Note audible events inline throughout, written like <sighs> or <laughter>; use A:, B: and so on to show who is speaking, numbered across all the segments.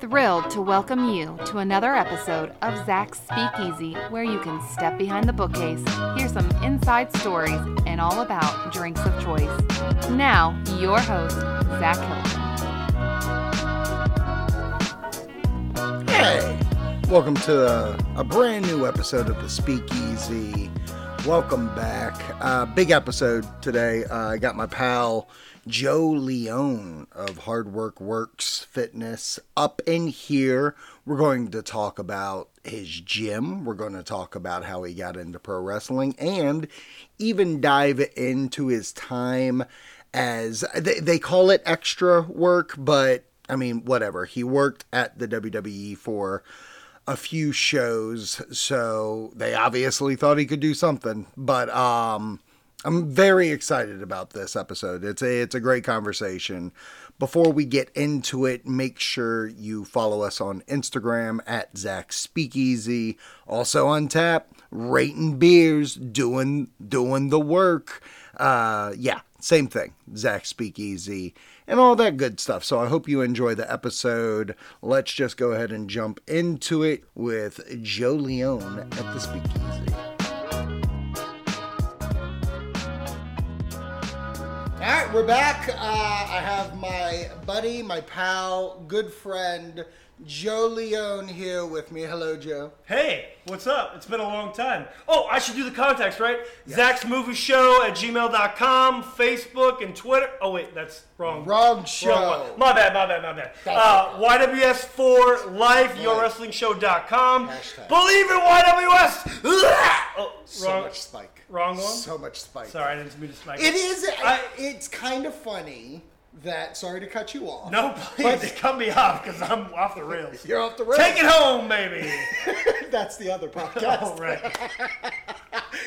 A: Thrilled to welcome you to another episode of Zach's Speakeasy, where you can step behind the bookcase, hear some inside stories, and all about drinks of choice. Now, your host, Zach Hilton.
B: Hey, welcome to a, a brand new episode of the Speakeasy. Welcome back. Uh, big episode today. Uh, I got my pal Joe Leone of Hard Work Works Fitness up in here. We're going to talk about his gym. We're going to talk about how he got into pro wrestling and even dive into his time as they, they call it extra work, but I mean, whatever. He worked at the WWE for a few shows, so they obviously thought he could do something. But um, I'm very excited about this episode. It's a it's a great conversation. Before we get into it, make sure you follow us on Instagram at Zach Speakeasy. Also on tap, rating beers, doing doing the work. Uh, yeah, same thing, Zach Speakeasy, and all that good stuff. So I hope you enjoy the episode. Let's just go ahead and jump into it with Joe Leone at the Speakeasy. All right, we're back. Uh, I have my buddy, my pal, good friend, Joe Leone here with me. Hello, Joe.
C: Hey, what's up? It's been a long time. Oh, I should do the contacts, right? Zach's Movie Show at gmail.com, Facebook, and Twitter. Oh, wait, that's wrong.
B: Wrong show.
C: Wrong one. My bad, my bad, my bad.
B: That's
C: Uh, YWS4Life, yourwrestlingshow.com.
B: Hashtag.
C: Believe in YWS! Oh,
B: So
C: wrong.
B: much spike.
C: wrong one?
B: So much spike.
C: Sorry, I didn't mean to smack
B: It is.
C: I-
B: it's kind of funny that. Sorry to cut you off.
C: No, please, cut me off because I'm off the rails.
B: You're off the road.
C: Take it home, baby. <laughs>
B: <laughs> That's the other podcast.
C: All right.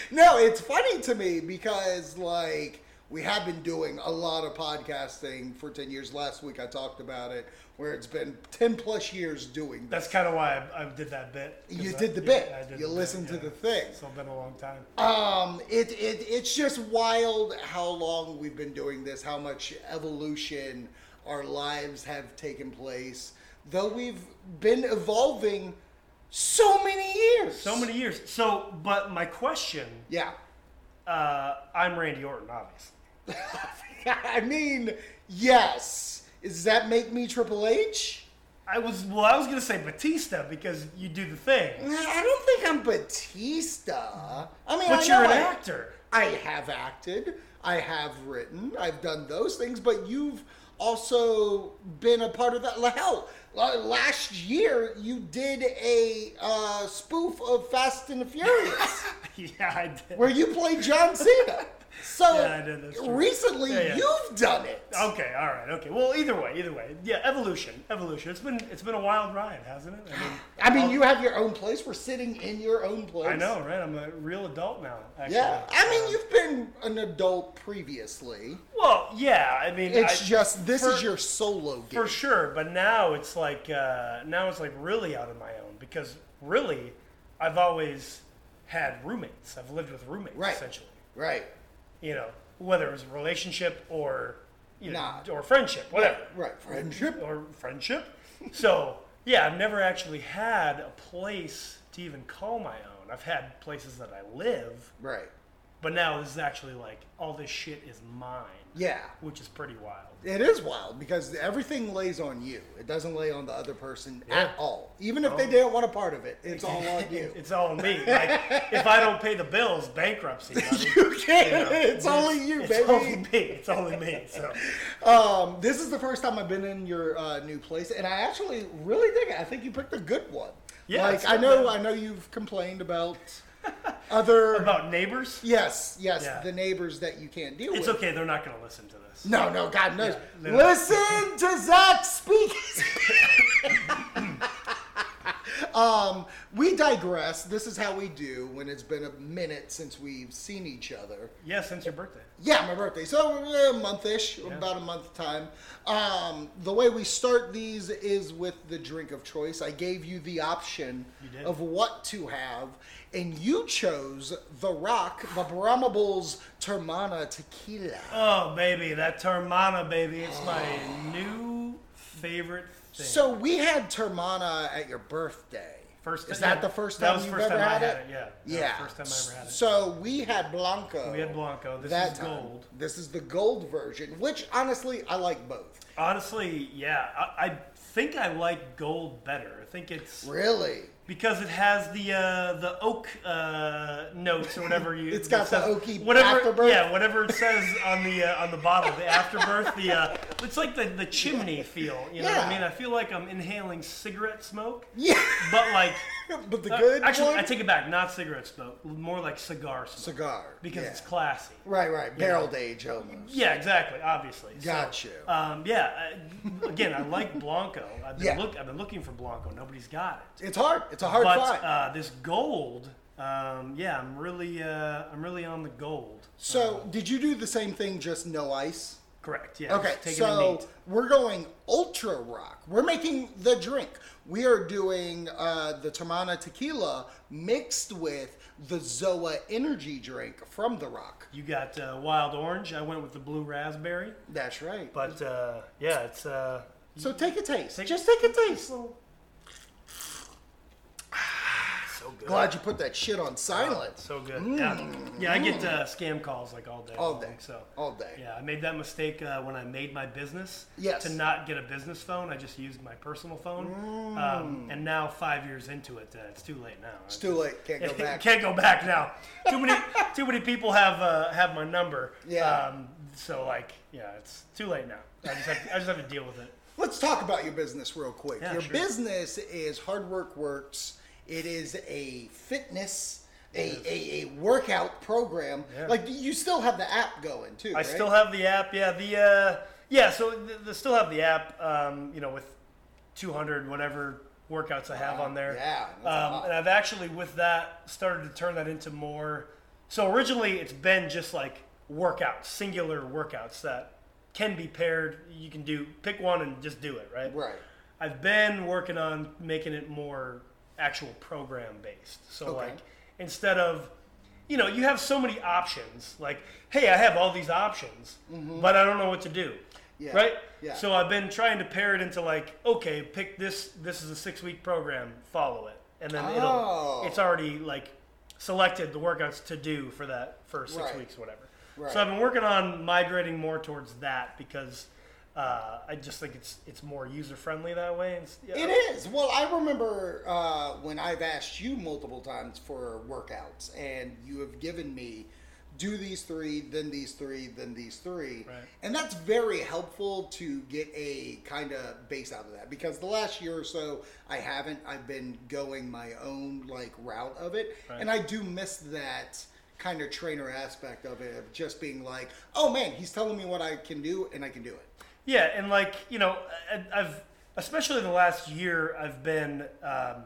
B: No, it's funny to me because like we have been doing a lot of podcasting for ten years. Last week I talked about it, where it's been ten plus years doing. This.
C: That's kind of why I, I did that bit. 'cause
B: You
C: I-
B: did the
C: yeah,
B: bit.
C: I did
B: You
C: the bit,
B: listened to
C: yeah.
B: the thing.
C: So it's been a long time.
B: Um, it, it it's just wild how long we've been doing this, how much evolution our lives have taken place, though we've been evolving so many years.
C: So many years. So, but my question,
B: Yeah. <laughs>
C: uh, I'm Randy Orton, obviously.
B: I mean, yes. Does that make me Triple H?
C: I was well, I was gonna say Batista because you do the thing,
B: I don't think I'm Batista. I mean, I
C: but you're an
B: know I-
C: actor. <laughs>
B: I have acted, I have written, I've done those things, but you've also been a part of that. Like, Hell, la- last year you did a uh, spoof of Fast and the
C: <laughs>
B: Furious
C: yeah, I did.
B: where you played John Cena. So
C: Yeah, I did, that's true.
B: recently
C: Yeah, yeah.
B: you've done it.
C: Okay, all right, okay. Well, either way, either way, yeah, evolution, evolution. It's been it's been a wild ride, hasn't it?
B: <gasps>
C: I mean,
B: I mean, you have your own place. We're sitting in your own place.
C: I know, right? I'm a real adult now. Actually.
B: Yeah, I mean, you've been an adult previously.
C: Well, yeah, I mean,
B: It's
C: I-
B: just this
C: for-
B: is your solo game.
C: For sure, but now it's like uh, now it's like really out of my own because really, I've always had roommates. I've lived with roommates
B: Right.
C: essentially.
B: Right.
C: You know, whether it was a relationship or you know
B: Nah.
C: or friendship, whatever,
B: Right. Friendship.
C: or friendship. so yeah, I've never actually had a place to even call my own. I've had places that I live,
B: Right.
C: but now this is actually like all this shit is mine,
B: Yeah.
C: which is pretty wild.
B: It is wild because everything lays on you. It doesn't lay on the other person at
C: Yeah. Oh.
B: all. Even if they didn't want a part of it, it's all
C: <laughs>
B: on you.
C: It's all me. Like if I don't pay the
B: <laughs>
C: bills, bankruptcy. I mean,
B: you can't. it's only you,
C: it's
B: baby.
C: only me. It's only me. So
B: Um, this is the first time I've been in your uh, new place, and I actually really dig it. I think you picked a good one.
C: Yeah,
B: like
C: it's
B: I
C: not
B: know,
C: bad.
B: I know you've complained
C: <laughs>
B: about other.
C: about neighbors,
B: yes, yes,
C: Yeah.
B: the neighbors that you can't deal
C: it's
B: with.
C: okay. They're not going to listen to this.
B: No, no, God knows.
C: Yeah, no.
B: Listen to Zach speak. Um, we digress. This is how we do when it's been a minute since we've seen each other.
C: Yeah, since your birthday.
B: Yeah, my birthday. So uh, a month-ish, about a month time. Um, the way we start these is with the drink of choice. I gave you the option
C: did.
B: of what to have, and you chose the Rock, the Brahma Bulls Termana Tequila.
C: Oh, baby, that Termana, baby. It's my new favorite thing.
B: So we had Termana at your birthday.
C: First-
B: is
C: yeah,
B: that the first
C: that
B: time
C: was
B: you've
C: first
B: ever
C: time I
B: had,
C: had
B: it?
C: it, yeah. That was
B: yeah.
C: first time I ever had it.
B: So we had Blanco.
C: We had Blanco. This is gold.
B: This is the gold version, which honestly I like both.
C: Honestly, yeah, I, I think I like gold better. I think it's
B: Really?
C: because it has the uh, the oak uh, notes or whatever you.
B: It's got
C: it
B: the
C: says-
B: oaky
C: whatever,
B: afterbirth.
C: Yeah, whatever it says on the uh, on the bottle, the afterbirth. The uh, it's like the, the chimney feel. You know what
B: Yeah.
C: I mean? I feel like I'm inhaling cigarette smoke,
B: Yeah. <laughs>
C: but like
B: but the
C: uh,
B: good
C: actually,
B: one?
C: I take it back. Not cigarette smoke, more like cigar smoke
B: cigar.
C: because
B: yeah.
C: it's classy.
B: Right, right. Barrel age almost.
C: Yeah, exactly. Obviously. So,
B: Gotcha.
C: um, yeah. I, again, I like Blanco. I've been,
B: Yeah.
C: look, I've been looking for Blanco. Nobody's got it.
B: It's hard. It's a hard
C: but
B: find.
C: uh, this gold, um, yeah, I'm really, uh, I'm really on the gold.
B: so did you do the same thing, just no ice?
C: Correct. Yeah.
B: Okay,
C: just taking
B: so
C: it neat.
B: we're going ultra rock. We're making the drink. We are doing uh, the Tamana tequila mixed with the Zoa energy drink from The Rock.
C: You got uh, wild orange. I went with the blue raspberry.
B: That's right.
C: But uh, yeah, it's uh, <sighs>
B: so take a taste.
C: Take-
B: Just take a taste.
C: so good.
B: Glad you put that shit on silent.
C: So good. Yeah. Yeah, I get uh, scam calls like all day.
B: All
C: long,
B: day.
C: So
B: All day.
C: Yeah, I made that mistake uh, when I made my business.
B: Yes.
C: To not get a business phone, I just used my personal phone.
B: Mm.
C: Um, and now five years into it, uh, it's too late now.
B: It's too late. Can't <laughs>
C: <laughs>
B: go back.
C: Can't go back now. Too many, too many people have uh, have my number.
B: Yeah.
C: Um, so like, yeah, it's too late now. I just have to, I just have to
B: <laughs>
C: deal with it.
B: Let's talk about your business real quick.
C: Yeah,
B: your
C: sure.
B: business is Hard Work Works. It is a fitness, a, a, a workout program.
C: Yeah.
B: Like you still have the app going too.
C: I still have the app. Yeah, the uh, yeah. So th- th- still have the app. Um, you know, with 200 whatever workouts I have on there.
B: yeah, that's a
C: Um,
B: lot.
C: and I've actually with that started to turn that into more. So originally it's been just like workouts, singular workouts that can be paired. You can do pick one and just do it. Right.
B: Right.
C: I've been working on making it more actual program based. So
B: Okay.
C: like instead of you know, you have so many options. Like, hey, I have all these options, but I don't know what to do.
B: Mm-hmm. Yeah,
C: Right?
B: yeah.
C: So I've been trying to pair it into like, okay, pick this this is a 6-week program, follow it. And then
B: Oh.
C: it'll it's already like selected the workouts to do for that first 6
B: Right.
C: weeks whatever.
B: Right.
C: So I've been working on migrating more towards that because uh, I just think it's it's more user friendly that way. And, s- yeah,
B: It is. Well, I remember uh, when I've asked you multiple times for workouts, and you have given me do these three, then these three, then these three.
C: Right.
B: And that's very helpful to get a kind of base out of that because the last year or so, I haven't. I've been going my own like route of it, and I do miss that kind of trainer aspect of it of just being like, oh man, he's telling me what I can do, and I can do it.
C: Yeah, and like you know, I, I've especially in the last year, I've been um,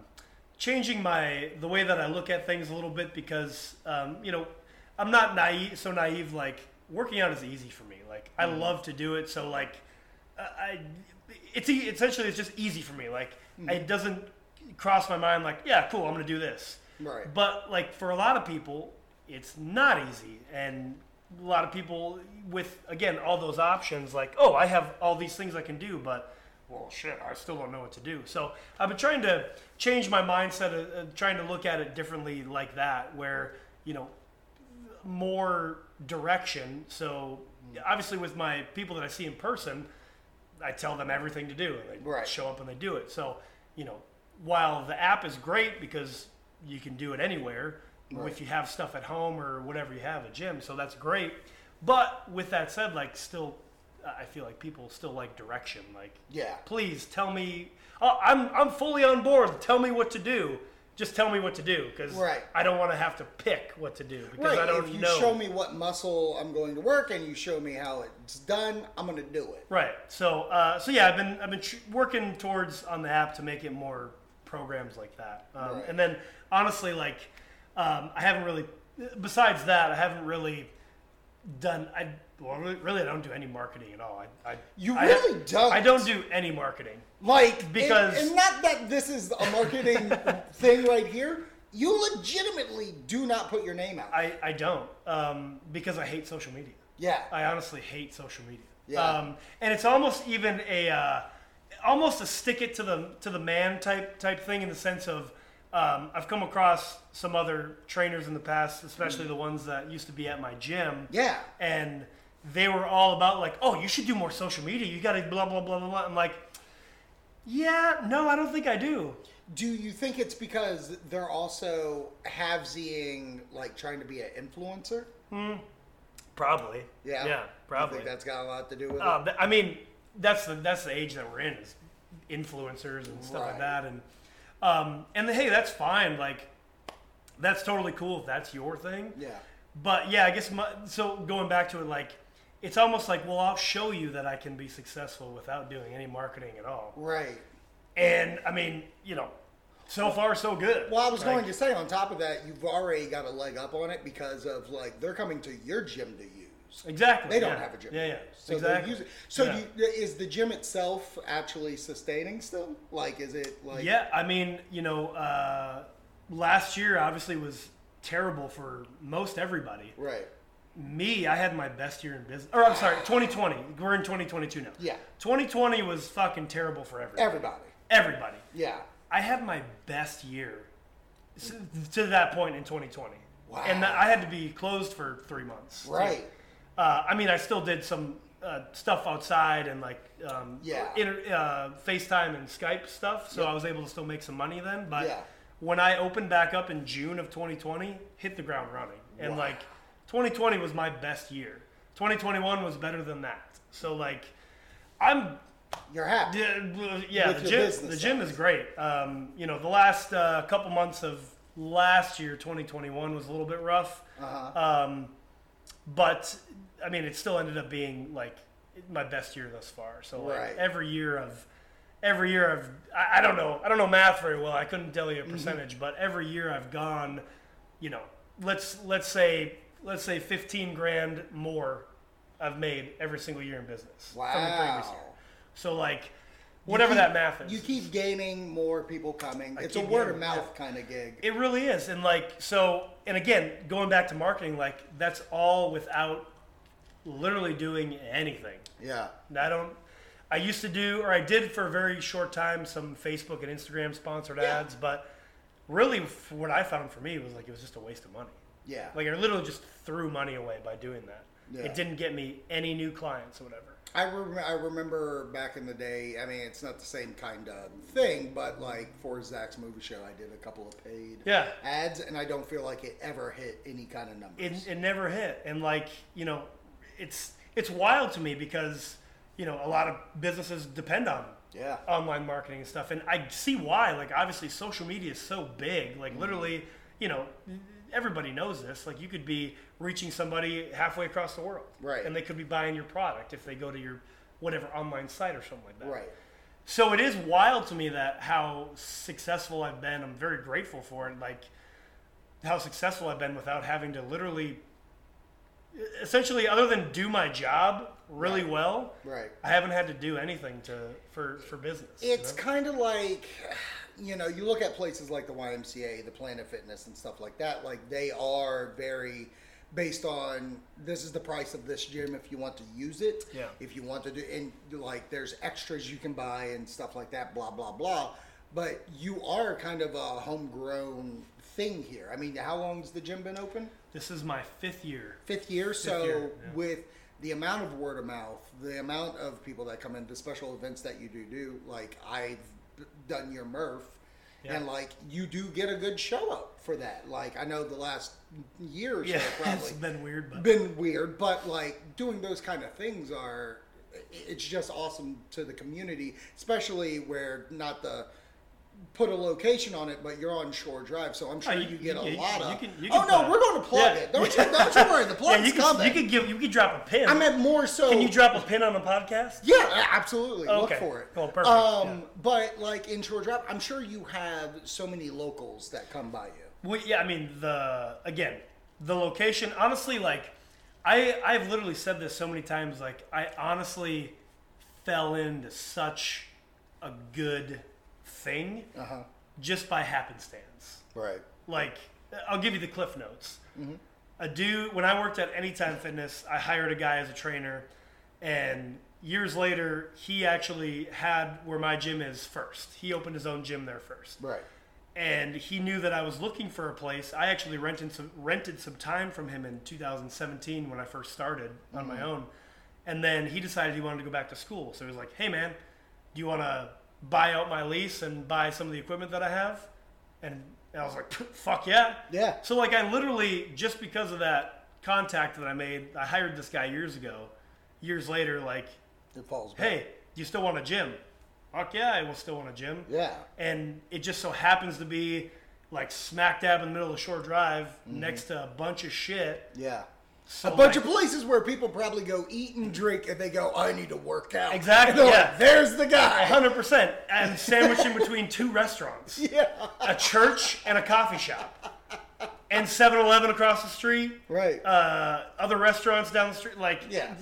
C: changing my the way that I look at things a little bit because um, you know I'm not naive, so naive. Like working out is easy for me. Like I
B: Mm-hmm.
C: love to do it, so like I, I it's e- essentially it's just easy for me. Like
B: Mm-hmm.
C: it doesn't cross my mind. Like yeah, cool, I'm gonna do this.
B: Right.
C: But like for a lot of people, it's not easy, and a lot of people with again all those options, like oh, I have all these things I can do, but well, shit, I still don't know what to do. So I've been trying to change my mindset, of, of trying to look at it differently, like that, where you know more direction. So obviously, with my people that I see in person, I tell them everything to do, and they
B: Right.
C: show up and they do it. So you know, while the app is great because you can do it anywhere if you have stuff at home or whatever you have a gym, so that's great. But with that said, like still, I feel like people still like direction. Like,
B: Yeah.
C: please tell me. I- I'm I'm fully on board. Tell me what to do. Just tell me what to do because
B: Right.
C: I don't want to have to pick what to do because
B: Right.
C: I don't
B: if you
C: know.
B: show me what muscle I'm going to work and you show me how it's done, I'm going to do it.
C: Right. So, uh, so yeah, I've been I've been tr- working towards on the app to make it more programs like that. Um, And then honestly, like um, I haven't really. Besides that, I haven't really done. I well, really, really I don't do any marketing at all. I, I
B: You
C: I-
B: really don't.
C: I don't do any marketing.
B: Like
C: Because-
B: and, and not that this is a
C: <laughs>
B: marketing thing right here. You legitimately do not put your name out.
C: I, I don't um, because I hate social media.
B: yeah.
C: I honestly hate social media.
B: Yeah.
C: Um, and it's almost even a uh, almost a stick it to the to the man type type thing in the sense of um, I've come across some other trainers in the past, especially the ones that used to be at my gym.
B: Mm. yeah.
C: And they were all about like, oh, you should do more social media. You got to blah blah blah blah blah. I'm like, yeah, no, I don't think I do.
B: Do you think it's because they're also havesieing, like trying to be an influencer?
C: Probably.
B: Yeah.
C: Yeah. Probably.
B: I think that's got a lot to do with
C: Uh, th- I mean, that's the that's the age that we're in is influencers and stuff
B: Right.
C: like that, and um, and hey, that's fine. Like, that's totally cool if that's your thing.
B: it. Yeah.
C: But yeah, I guess my, so. Going back to it, like, it's almost like, well, I'll show you that I can be successful without doing any marketing at all.
B: Right.
C: And I mean, you know, so far so good.
B: Well, I was
C: Like,
B: going to say, on top of that, you've already got a leg up on it because of like they're coming to your gym to use.
C: exactly.
B: They don't
C: yeah.
B: have a gym.
C: Yeah, yeah.
B: So they're
C: exactly.
B: using- so
C: Yeah.
B: do you, is the gym itself actually sustaining still? Like, is it like?
C: Yeah, I mean, you know, uh, last year obviously was terrible for most everybody.
B: Right.
C: Me, I had my best year in business. Or I'm sorry, 2020. We're in 2022 now.
B: Yeah.
C: 2020 was fucking terrible for everybody.
B: Everybody.
C: everybody.
B: Yeah.
C: I had my best year s- to that point in 2020.
B: Wow.
C: And I had to be closed for three months. too.
B: Right.
C: Uh, I mean, I still did some uh, stuff outside and like um,
B: Yeah.
C: inter- uh, FaceTime and Skype stuff, so I was able to still make some money then. But
B: Yeah.
C: when I opened back up in June of 2020, hit the ground running, and like 2020 was my best year. 2021 was better than that. So like, I'm
B: You're happy.
C: yeah, well, yeah
B: With
C: the
B: your
C: gym,
B: business
C: the gym is great. Um, you know, the last uh, couple months of last year, 2021, was a little bit rough.
B: Uh-huh.
C: Um, but I mean, it still ended up being like my best year thus far. So like,
B: Right.
C: every year of every year I've I, I don't know I don't know math very well. I couldn't tell
B: Mm-hmm.
C: you a percentage, but every year I've gone, you know, let's let's say let's say 15 grand more. I've made every single year in business from the previous year.
B: Wow.
C: So like, whatever
B: keep-
C: that math is,
B: You keep gaining more people coming. it's a
C: keep
B: word of
C: gaining,
B: mouth kind of gig.
C: it really is. And like, so, and again, going back to marketing, like that's all without literally doing anything.
B: yeah.
C: And I don't. I used to do, or I did for a very short time, some Facebook and Instagram sponsored ads, but really, f- what I found for me was like it was just a waste of money.
B: Yeah.
C: Like I literally just threw money away by doing that.
B: Yeah.
C: It didn't get me any new clients or whatever.
B: I, rem- I remember back in the day. I mean, it's not the same kind of thing, but like for Zach's movie show, I did a couple of paid
C: Yeah.
B: ads, and I don't feel like it ever hit any kind of
C: it,
B: numbers.
C: it never hit and like you know it's it's wild to me because you know a lot of businesses depend on
B: yeah.
C: online marketing and stuff and i see why like obviously social media is so big like
B: Mm-hmm.
C: literally you know everybody knows this like you could be reaching somebody halfway across the world
B: Right.
C: and they could be buying your product if they go to your whatever online site or something like that
B: Right.
C: so it is wild to me that how successful I've been. I'm very grateful for it. Like how successful I've been without having to literally, essentially, other than do my job really well.
B: Right.
C: I haven't had to do anything to for for business. you
B: It's
C: know?
B: kind of like, you know, you look at places like the YMCA, the Planet Fitness, and stuff like that. Like they are very based on this is the price of this gym if you want to use it.
C: Yeah.
B: If you want to do, and like there's extras you can buy and stuff like that. Blah blah blah. But you are kind of a homegrown thing here. I mean, how long's the gym been open?
C: this is my fifth year.
B: fifth year. So
C: year, yeah.
B: with the amount of word of mouth, the amount of people that come in, the special events that you do do, like I've done your Murph, and like you do get a good show up for that. Like I know the last year or so
C: Yeah, <laughs> it's
B: probably
C: been weird, but
B: been weird, but like doing those kind of things are i- it's just awesome to the community, especially where not the put a location on it, but you're on Shore Drive, so I'm sure
C: Oh,
B: you,
C: you-
B: get
C: you-
B: a
C: you-
B: lot
C: you
B: of.
C: can- you
B: oh
C: can
B: no,
C: put-
B: we're going to plug
C: Yeah.
B: it. Don't you, don't you worry, the plug's
C: <laughs> yeah, you could,
B: coming.
C: you could give you could drop a pin.
B: I meant more so.
C: Can you drop a pin on a podcast?
B: Yeah, a- absolutely.
C: Oh,
B: Look
C: okay.
B: for it.
C: Well, perfect,
B: Um,
C: yeah.
B: but like in Shore Drive, I'm sure you have so many locals that come by you.
C: Well, yeah, I mean the again the location. Honestly, like I I've literally said this so many times. Like I honestly fell into such a good thing just by happenstance.
B: Right.
C: Like I'll give you the cliff notes. A dude when I worked at Anytime Fitness, I hired a guy as a trainer, and years later he actually had where my gym is first. He opened his own gym there first
B: Right.
C: and he knew that I was looking for a place. I actually rented some rented some time from him in 2017 when I first started on
B: Mm-hmm.
C: my own, and then he decided he wanted to go back to school. So he was like, "Hey man, do you want to buy out my lease and buy some of the equipment that I have?" And I was like, <laughs> "Fuck yeah!"
B: Yeah.
C: So like, I literally just because of that contact that I made, I hired this guy years ago. Years later, like,
B: It falls. Back.
C: "Hey, do you still want a gym?" Fuck yeah, I will still want a gym
B: Yeah.
C: and it just so happens to be like smack dab in the middle of Shore Drive, next to a bunch of shit.
B: Yeah.
C: So
B: a Mm-hmm. bunch
C: like,
B: of places where people probably go eat and drink, and they go, "I need to work out."
C: Exactly,
B: And they're like,
C: yeah.
B: There's the guy.
C: hundred percent, and sandwiched in between two restaurants,
B: <laughs> Yeah.
C: a church and a coffee shop, and 7-Eleven across the street,
B: Right.
C: uh, other restaurants down the street, like <laughs>
B: yeah.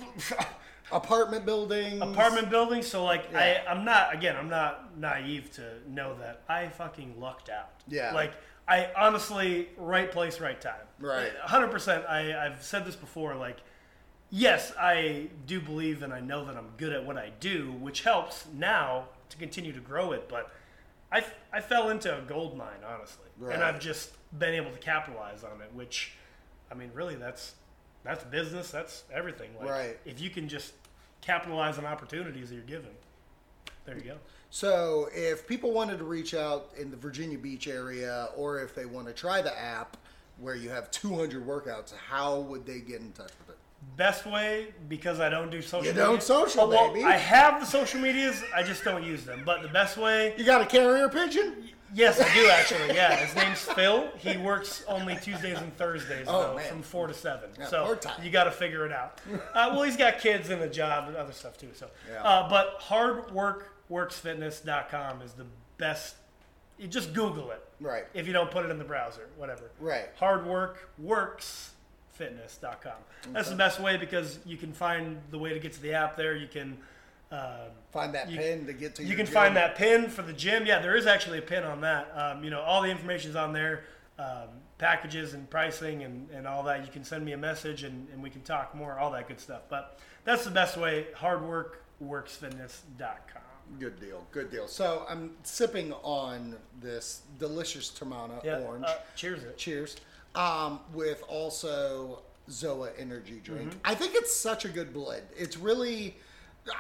B: Apartment buildings.
C: apartment buildings. So like I, I'm not again, I'm not naive to know that I fucking lucked out.
B: Yeah.
C: Like I honestly, right place, right time.
B: Right.
C: Hundred percent. I I've said this before. Like, yes, I do believe and I know that I'm good at what I do, which helps now to continue to grow it. But I I fell into a gold mine honestly,
B: Right.
C: and I've just been able to capitalize on it. Which, I mean, really, that's that's business. That's everything. Like,
B: Right.
C: If you can just capitalize on opportunities that you're given, there you go.
B: So, if people wanted to reach out in the Virginia Beach area, or if they want to try the app where you have 200 workouts, how would they get in touch with it?
C: Best way because I don't do social.
B: You
C: media. Oh,
B: don't social,
C: well,
B: baby.
C: I have the social medias. I just don't use them. But the best way
B: You got a carrier pigeon?
C: Yes, I do actually. Yeah, his name's Phil. He works only Tuesdays and Thursdays
B: Oh,
C: though,
B: man.
C: from four to seven.
B: Yeah,
C: so
B: hard time.
C: you got to figure
B: <laughs>
C: it out. Uh, well, he's got kids and a job and other stuff too. So,
B: Yeah.
C: uh, but hardworkworksfitness.com is the best. You just Google it.
B: Right.
C: If you don't put it in the browser, whatever.
B: Right.
C: Hardworkworksfitness.com. That's the best way because you can find the way to get to the app there. You can. Uh,
B: Find that
C: You-
B: pin to get to
C: you
B: your
C: can
B: gym.
C: find that pin for the gym. Yeah, there is actually a pin on that. Um, you know, all the information's on there, um, packages and pricing and, and all that. You can send me a message and, and we can talk more, all that good stuff. But that's the best way. Hardworkworksfitness.com.
B: Good deal. Good deal. So, I'm sipping on this delicious Tamana
C: Yeah.
B: orange.
C: uh, cheers it.
B: Cheers. Um, with also Zoa energy drink.
C: Mm-hmm.
B: I think it's such a good blend. It's really.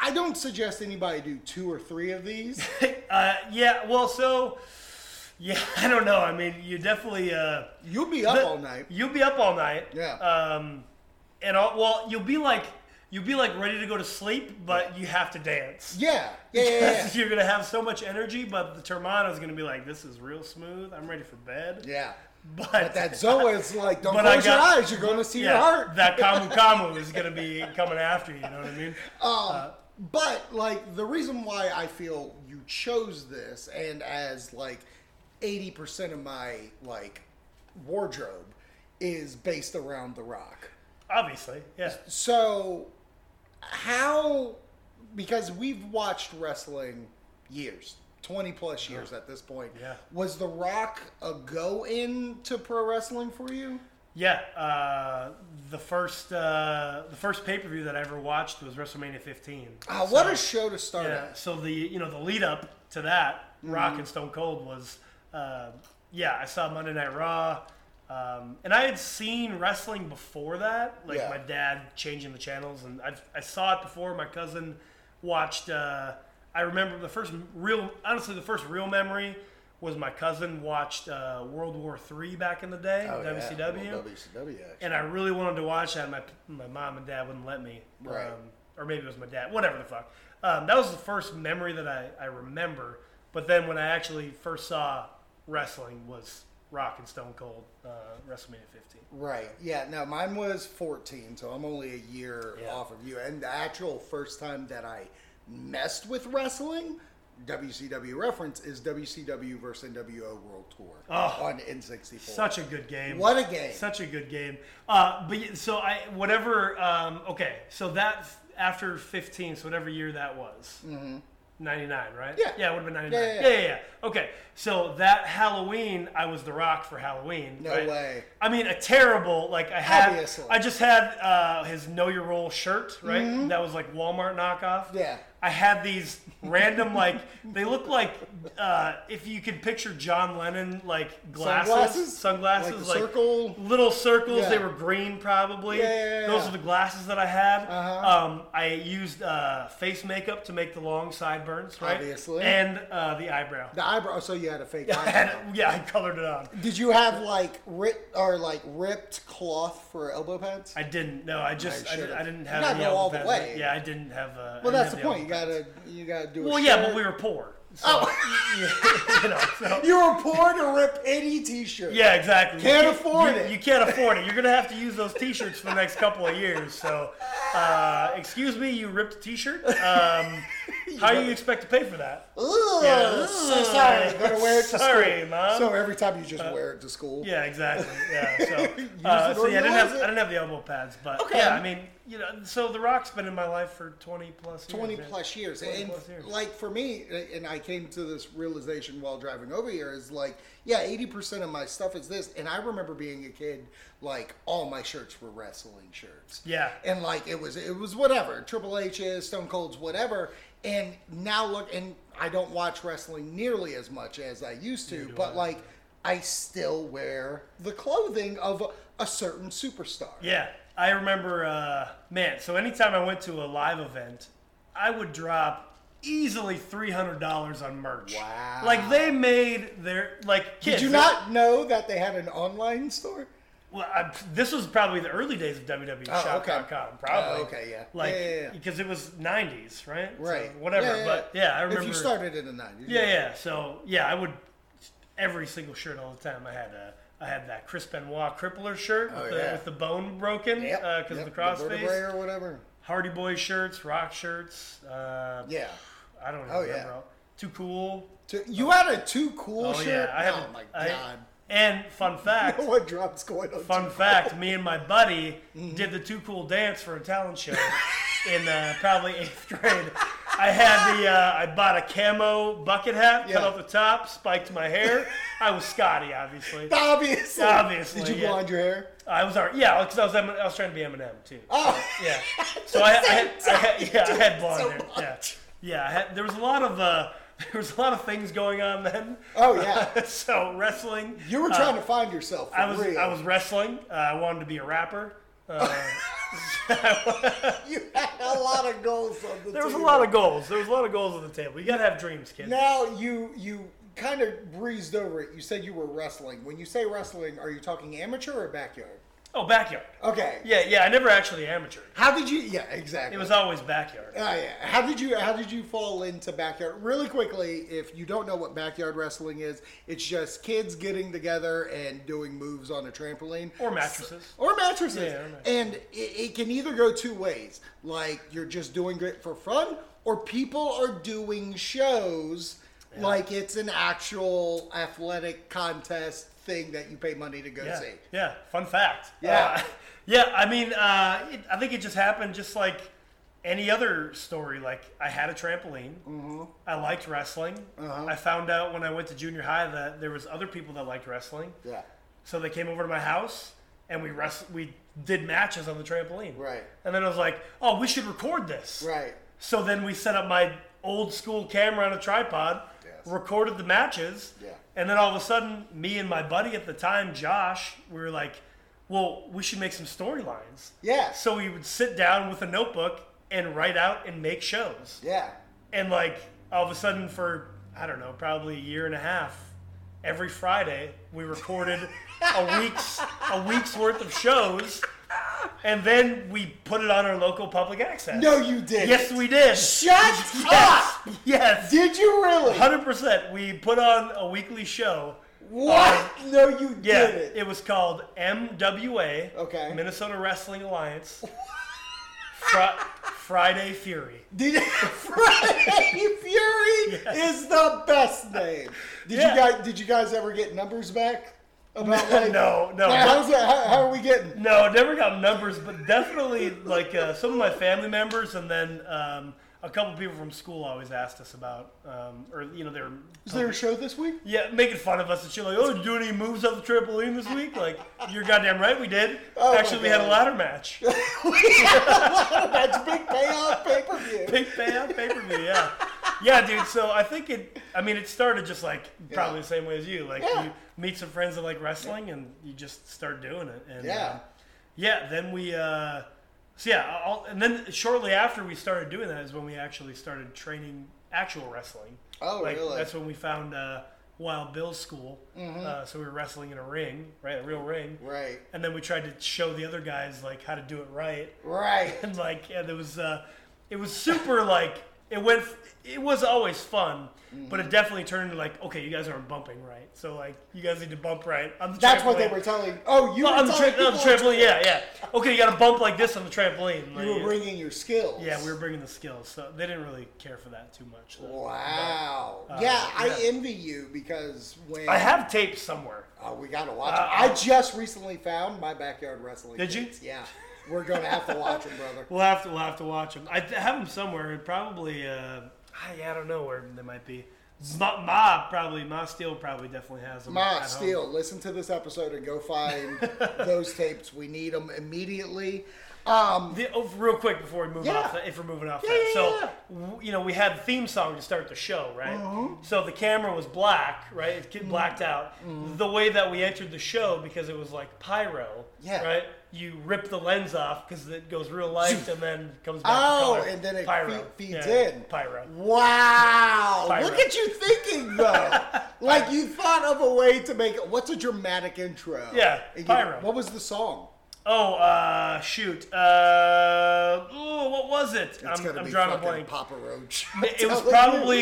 B: I don't suggest anybody do two or three of
C: <laughs>
B: these.
C: Uh, yeah. Well, so yeah, <laughs> I don't know. I mean, you definitely uh,
B: You'll be up
C: the-
B: all night.
C: You'll be up all night.
B: Yeah.
C: Um, and all, well, you'll be like you'll be like ready to go to sleep, but you have to dance.
B: Yeah, yeah, yeah, yeah.
C: <laughs> You're gonna have so much energy, but the Termana is gonna be like, "This is real smooth. I'm ready for bed."
B: yeah.
C: But,
B: That
C: <laughs>
B: Zoa is like, don't
C: But I
B: close your
C: got-
B: eyes. You're going to see
C: yeah,
B: your heart. <laughs>
C: that Kamu Kamu is gonna be coming after you. You know what I mean?
B: but like the reason why I feel you chose this, and as like eighty percent of my like wardrobe is based around The Rock.
C: Obviously, yeah.
B: So how? Because we've watched wrestling years. 20 plus years at this point.
C: Yeah.
B: Was The Rock a go in to pro wrestling for you?
C: Yeah, uh, the first uh, the first pay per view that I ever watched was WrestleMania 15.
B: Ah, what a show to start
C: Yeah.
B: at.
C: Uh, So the you know the lead up to that, Rock and Stone Cold was, uh, yeah. I saw Monday Night Raw, um, and I had seen wrestling before that. Like
B: Yeah.
C: my dad changing the channels, and I I saw it before. My cousin watched. Uh, I remember the first real, honestly, the first real memory was my cousin watched uh, World War Three back in the day,
B: Oh,
C: WCW
B: WCW.
C: and I really wanted to watch that. and My my mom and dad wouldn't let me,
B: Right.
C: Um, or maybe it was my dad. Whatever the fuck. Um, that was the first memory that I, I remember But then when I actually first saw wrestling was Rock and Stone Cold uh, WrestleMania 15.
B: Right. Yeah. No, mine was 14, so I'm only a year
C: Yeah.
B: off of you. And the actual first time that I messed with wrestling, WCW reference, is WCW versus NWO World Tour
C: Oh.
B: on N64.
C: Such a good game.
B: What a game.
C: Such a good game. Uh, but y- so I whatever. Um, okay, so that f- after 15, so whatever year that was. 99, right?
B: Mm-hmm. Yeah.
C: Yeah, it would have been 99.
B: Yeah, yeah,
C: yeah, Okay, so that Halloween, I was The Rock for Halloween.
B: No
C: right?
B: way.
C: I mean, a terrible, like, I had.
B: Obviously.
C: I just had uh, his Know Your Role shirt, right? That was like Walmart knockoff.
B: Mm-hmm. Yeah.
C: I had these random, like, they look like uh, if you could picture John Lennon, like,
B: Sunglasses?
C: glasses, sunglasses,
B: Like
C: like,
B: the circle?
C: little circles. They
B: Yeah.
C: were green, probably.
B: Yeah, yeah, yeah,
C: Those
B: yeah.
C: are the glasses that I had.
B: Uh-huh.
C: Um, I used uh, face makeup to make the long sideburns, right?
B: Obviously.
C: and uh, the eyebrow.
B: The eyebrow. oh, So you had a fake
C: And,
B: eyebrow.
C: <laughs> yeah, I colored it on.
B: Did you have like ripped or like ripped cloth for elbow pads?
C: I didn't. No, I just I,
B: should've.
C: I didn't
B: You
C: have.
B: gotta
C: any
B: go all
C: elbow
B: the
C: pads.
B: way.
C: Yeah, I didn't have. Uh, I
B: well,
C: didn't
B: that's
C: have
B: the
C: elbow
B: point. You gotta you gotta do.
C: Well,
B: a
C: yeah,
B: shirt.
C: but we were poor. So,
B: <laughs>
C: you know, so-
B: You were poor to rip any t-shirt.
C: yeah, exactly.
B: Can't
C: you
B: afford
C: you-
B: it.
C: You can't afford it. You're gonna have to use those T-shirts for the next couple of years. So, uh, excuse me, you ripped a T-shirt.
B: <laughs>
C: Um, how do you expect to pay for that?
B: Ugh,
C: Yeah.
B: Oh, so sorry.
C: <laughs>
B: Gotta wear it to
C: Sorry,
B: school.
C: Mom.
B: So every time you just wear it to school.
C: Yeah, exactly.
B: <laughs>
C: Yeah. So, uh,
B: it
C: so
B: or
C: yeah, I didn't
B: utilize
C: have
B: it.
C: I didn't have the elbow pads, but
B: Okay.
C: yeah, I mean, you know, so The Rock's been in my life for 20 plus years.
B: 20
C: man.
B: plus years.
C: 20
B: and
C: plus years.
B: like for me, and I came to this realization while driving over here is like, yeah, 80% of my stuff is this. And I remember being a kid, like all my shirts were wrestling shirts.
C: Yeah.
B: And like it was, it was whatever Triple H's, Stone Cold's, whatever. And now look, and I don't watch wrestling nearly as much as I used to, but like I still wear the clothing of a certain superstar.
C: Yeah, I remember, uh, man. So anytime I went to a live event, I would drop easily three hundred dollars on merch.
B: Wow.
C: Like they made their like
B: Did
C: kids.
B: you not know that they had an online store?
C: Well, I, this was probably the early days of E WWE
B: Oh,
C: Shop.com,
B: okay.
C: probably.
B: Oh, okay, yeah.
C: Like
B: Yeah, yeah, yeah.
C: because it was '90s, right? So,
B: Right.
C: whatever. But yeah, I remember.
B: If you started in the nineties.
C: Yeah, yeah. So yeah, I would every single shirt all the time. I had a I had that Chris Benoit Crippler shirt with, the,
B: Oh, yeah.
C: with the bone broken because
B: Yep.
C: Uh, of the
B: yep,
C: crossface.
B: vertebrae or whatever.
C: Hardy Boy shirts, Rock shirts. Uh,
B: Yeah.
C: I don't even
B: Oh, yeah.
C: remember. Too cool.
B: To- you had a too cool
C: Oh
B: shirt.
C: yeah, I have.
B: oh my
C: I- <laughs>
B: god.
C: and
B: <laughs>
C: fun fact,
B: what drops going on?
C: fun fact, me and my buddy
B: Mm-hmm.
C: did the Too Cool dance for a talent show in uh, probably eighth grade. I had the uh, I bought a camo bucket hat, cut
B: Yeah.
C: off the top, spiked my hair. I was
B: <laughs>
C: Scotty, obviously.
B: Obviously.
C: Obviously,
B: Did you
C: yeah.
B: blonde your
C: <laughs>
B: hair?
C: I was our yeah, because I was M- I was trying to be Eminem too.
B: Oh. <laughs>
C: Yeah. So I, I, had, I had- yeah, I had blonde
B: so
C: hair.
B: much.
C: Yeah. Yeah. I had, there was a lot of uh, <laughs> there was a lot of things going on then. <laughs>
B: Oh yeah.
C: so wrestling.
B: You were trying to find yourself. For
C: Uh, I was
B: real.
C: I was wrestling. Uh, I wanted to be a rapper.
B: <laughs>
C: Uh,
B: You had a lot of goals on the
C: There was a
B: table.
C: lot of goals. There was a lot of goals on the table. You gotta have dreams, kid.
B: Now you you kind of breezed over it. You said you were wrestling. When you say wrestling, are you talking amateur or backyard?
C: Oh, backyard.
B: Okay.
C: Yeah, yeah. I never actually amateur.
B: How did you? Yeah, exactly.
C: It was always backyard.
B: Oh yeah. How did you how did you fall into backyard really quickly if you don't know what backyard wrestling is, it's just kids getting together and doing moves on a trampoline.
C: Or mattresses.
B: Or mattresses.
C: Yeah, or mattresses.
B: And it, it can either go two ways. Like you're just doing it for fun, or people are doing shows like it's an actual athletic contest thing that you pay money to go
C: Yeah.
B: see.
C: Yeah. Fun fact.
B: Yeah.
C: Uh, <laughs> yeah. I mean, uh, it, I think it just happened just like any other story. Like I had a trampoline.
B: Mm-hmm.
C: I liked wrestling.
B: Uh-huh.
C: I found out when I went to junior high that there was other people that liked wrestling.
B: Yeah.
C: So they came over to my house and we wrestled. We did matches on the trampoline.
B: Right.
C: And then I was like, oh, we should record this.
B: Right.
C: So then we set up my old school camera on a tripod,
B: Yes.
C: recorded the matches,
B: Yeah.
C: and then all of a sudden, me and my buddy at the time, Josh, we were like, "Well, we should make some storylines."
B: Yeah.
C: So we would sit down with a notebook and write out and make shows.
B: yeah.
C: And like all of a sudden, for I don't know, probably a year and a half, every
B: <laughs>
C: Friday we recorded a week's a week's worth of shows. and then we put it on our local public access.
B: No, you didn't.
C: Yes, we did.
B: Shut
C: Yes.
B: up! <laughs>
C: Yes.
B: Did you really?
C: Hundred percent. We put on a weekly show.
B: What? no, you
C: Yeah,
B: didn't.
C: it was called MWA.
B: Okay.
C: Minnesota Wrestling Alliance. <laughs> Fri- Friday Fury.
B: Did <laughs> Friday Fury is the best name. Did
C: Yeah.
B: you guys? Did you guys ever get numbers back? About like,
C: <laughs> no, no.
B: Now, how's that, how, how are we getting?
C: No, never got numbers, but definitely like uh, some of my family members, and then um, a couple people from school always asked us about, um, or you know, they're
B: Is there a show this week? <laughs>
C: yeah making fun of us and shit like, oh, did you do any moves off the trampoline this week? Like, you're goddamn right, we did.
B: Oh, my
C: Actually, we had a
B: God.
C: ladder match,
B: That's big payoff pay per view.
C: big payout pay per view, yeah, yeah, dude. So I think it, I mean, it started just like probably the same way as you, like
B: Yeah.
C: you meet some friends that like wrestling, and you just start doing it, and uh,
B: Yeah.
C: Yeah, then we. Uh, so yeah, all, and then shortly after we started doing that is when we actually started training actual wrestling.
B: Oh,
C: like,
B: really? Mm-hmm.
C: That's when we found uh, Wild Bill's school. Uh, so we were wrestling in a ring, right, a real ring.
B: Right.
C: And then we tried to show the other guys like how to do it right,
B: Right.
C: <laughs> and like yeah, there was uh, it was super like it went. It was always fun, but
B: Mm-hmm.
C: it definitely turned into like okay, you guys aren't bumping right, so like you guys need to bump right. on the
B: That's what they
C: trampoline.
B: were telling. Oh, you
C: Oh,
B: were
C: on the,
B: telling
C: tra- on the
B: people-
C: trampoline, yeah, yeah. Okay, you got to bump like this on the trampoline. Like,
B: You were bringing your skills.
C: yeah, we were bringing the skills, so they didn't really care for that too much. though.
B: Wow. yeah, I
C: Uh, yeah.
B: envy you because when
C: I have tapes somewhere.
B: Oh, we gotta watch it. I just recently found my backyard wrestling.
C: Did you?
B: tapes. Yeah, we're gonna have to watch them,
C: <laughs>
B: brother.
C: We'll have to we'll have to watch them. I th- have them somewhere. Probably, uh, I, I don't know where they might be. Ma, Ma probably Ma Steele probably definitely has them. at
B: Ma
C: home.
B: Steele, listen to this episode and go find
C: <laughs>
B: those tapes. We need them immediately. Um,
C: The, oh, real quick before we move
B: Yeah.
C: off, that, if we're moving off that,
B: yeah,
C: so
B: yeah. Mm-hmm.
C: W- you know we had a theme song to start the show, right? So the camera was black, right? It get blacked out.
B: Mm-hmm.
C: The way that we entered the show because it was like pyro,
B: Yeah.
C: right? You rip the lens off because it goes real light and then comes back. to
B: Oh,
C: color.
B: and then it
C: pyro.
B: fe- feeds
C: Yeah,
B: in.
C: pyro.
B: wow,
C: Pyro.
B: look at you thinking
C: <laughs>
B: though. like you thought of a way to make what's a dramatic intro?
C: Yeah,
B: And you-
C: pyro.
B: What was the song?
C: Oh, uh, shoot. Uh, ooh, what was it?
B: It's
C: I'm,
B: gonna
C: I'm
B: be
C: drawing a
B: fucking
C: blank.
B: Papa Roach.
C: It
B: <laughs>
C: was
B: telling you.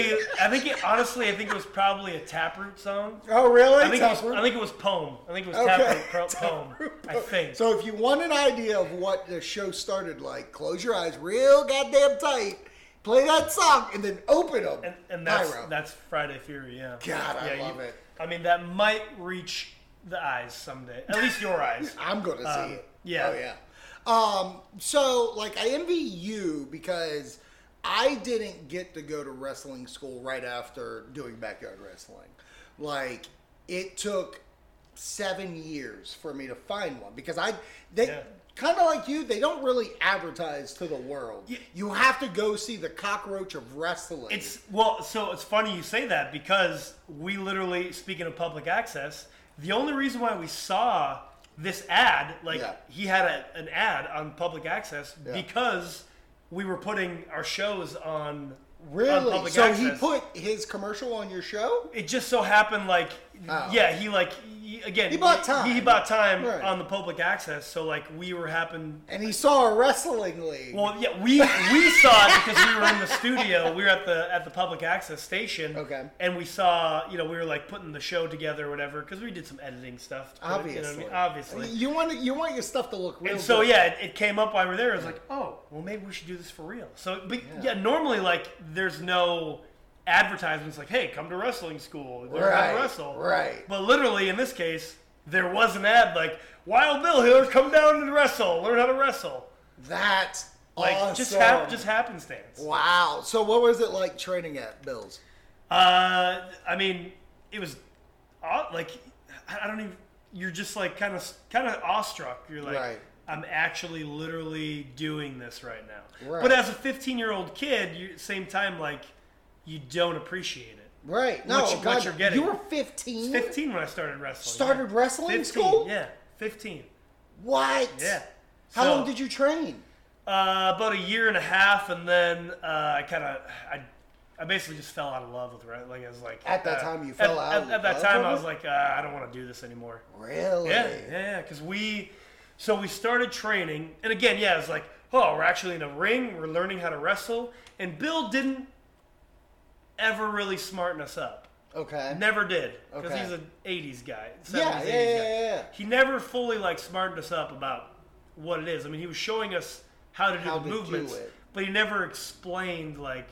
C: probably. I think it honestly. I think it was probably a taproot song.
B: Oh really?
C: I think, it was,
B: Taproot?
C: I think it was poem. I think it was
B: Okay. <laughs>
C: taproot pro- poem. I think.
B: So if you want an idea of what the show started like, close your eyes real goddamn tight, play that song, and then open them.
C: and, and that's
B: Pyro.
C: that's Friday Fury. Yeah.
B: God, I
C: yeah,
B: love it.
C: I mean, that might reach the eyes someday. At least
B: <laughs>
C: your eyes.
B: I'm going to
C: Um,
B: see it.
C: yeah.
B: Oh yeah. Um, so like I envy you because I didn't get to go to wrestling school right after doing backyard wrestling. Like it took seven years for me to find one because I they
C: Yeah.
B: kind of like you they don't really advertise to the world. You have to go see the cockroach of wrestling.
C: It's well, so it's funny you say that because we literally, speaking of public access, the only reason why we saw this ad, like
B: Yeah.
C: he had a, an ad on public access, because we were putting our shows on on
B: really
C: public
B: so
C: access.
B: he put his commercial on your show.
C: it just so happened like
B: Oh.
C: yeah he like he, again
B: He bought time.
C: he, bought time
B: Right.
C: on the public access so like we were happened
B: And he saw a wrestling league.
C: well yeah we we saw it because we were in the studio we were at the at the public access station
B: Okay.
C: and we saw you know we were like putting the show together or whatever because we did some editing stuff to put it- you know what I
B: obviously,
C: mean? obviously
B: you want you want your stuff to look real.
C: and so
B: good.
C: yeah, it, it came up while we were there. It was like, oh, well, maybe we should do this for real. So, but yeah, normally like there's no advertisements like, hey, come to wrestling school, learn how
B: Right,
C: to wrestle.
B: right.
C: But literally in this case, there was an ad like, Wild Bill here, come down and wrestle, learn how to wrestle.
B: That's
C: Like
B: awesome.
C: just hap- just happenstance.
B: wow. So what was it like training at Bills?
C: Uh, I mean, it was aw- like I I don't even. You're just like kind of kind of awestruck. You're like,
B: Right.
C: I'm actually literally doing this right now.
B: Right.
C: But as a 15 year old kid, you at the same time like you don't appreciate it.
B: Right. No,
C: What you- what
B: God,
C: you're getting.
B: You were 15?
C: 15 when I started wrestling.
B: Started
C: yeah.
B: wrestling
C: 15,
B: school?
C: Yeah, 15.
B: What?
C: Yeah.
B: How
C: So-
B: long did you train?
C: Uh, about a year and a half, and then uh, I kind of I, I basically just fell out of love with wrestling. I was like,
B: At that
C: uh,
B: time, you
C: at-
B: fell out
C: At,
B: of
C: at that
B: love
C: time,
B: with
C: I
B: it?
C: was like, uh, I don't want to do this anymore.
B: Really?
C: Yeah, yeah, because we So we started training, and again, yeah, it's like, oh, we're actually in a ring. We're learning how to wrestle, and Bill didn't ever really smarten us up.
B: Okay.
C: Never did, because
B: Okay.
C: he's an '80s guy. 70s,
B: yeah, yeah,
C: 80s
B: yeah,
C: guy.
B: yeah, yeah.
C: He never fully like smartened us up about what it is. I mean, he was showing us how to do
B: How to
C: the
B: do
C: movements,
B: it.
C: but he never explained like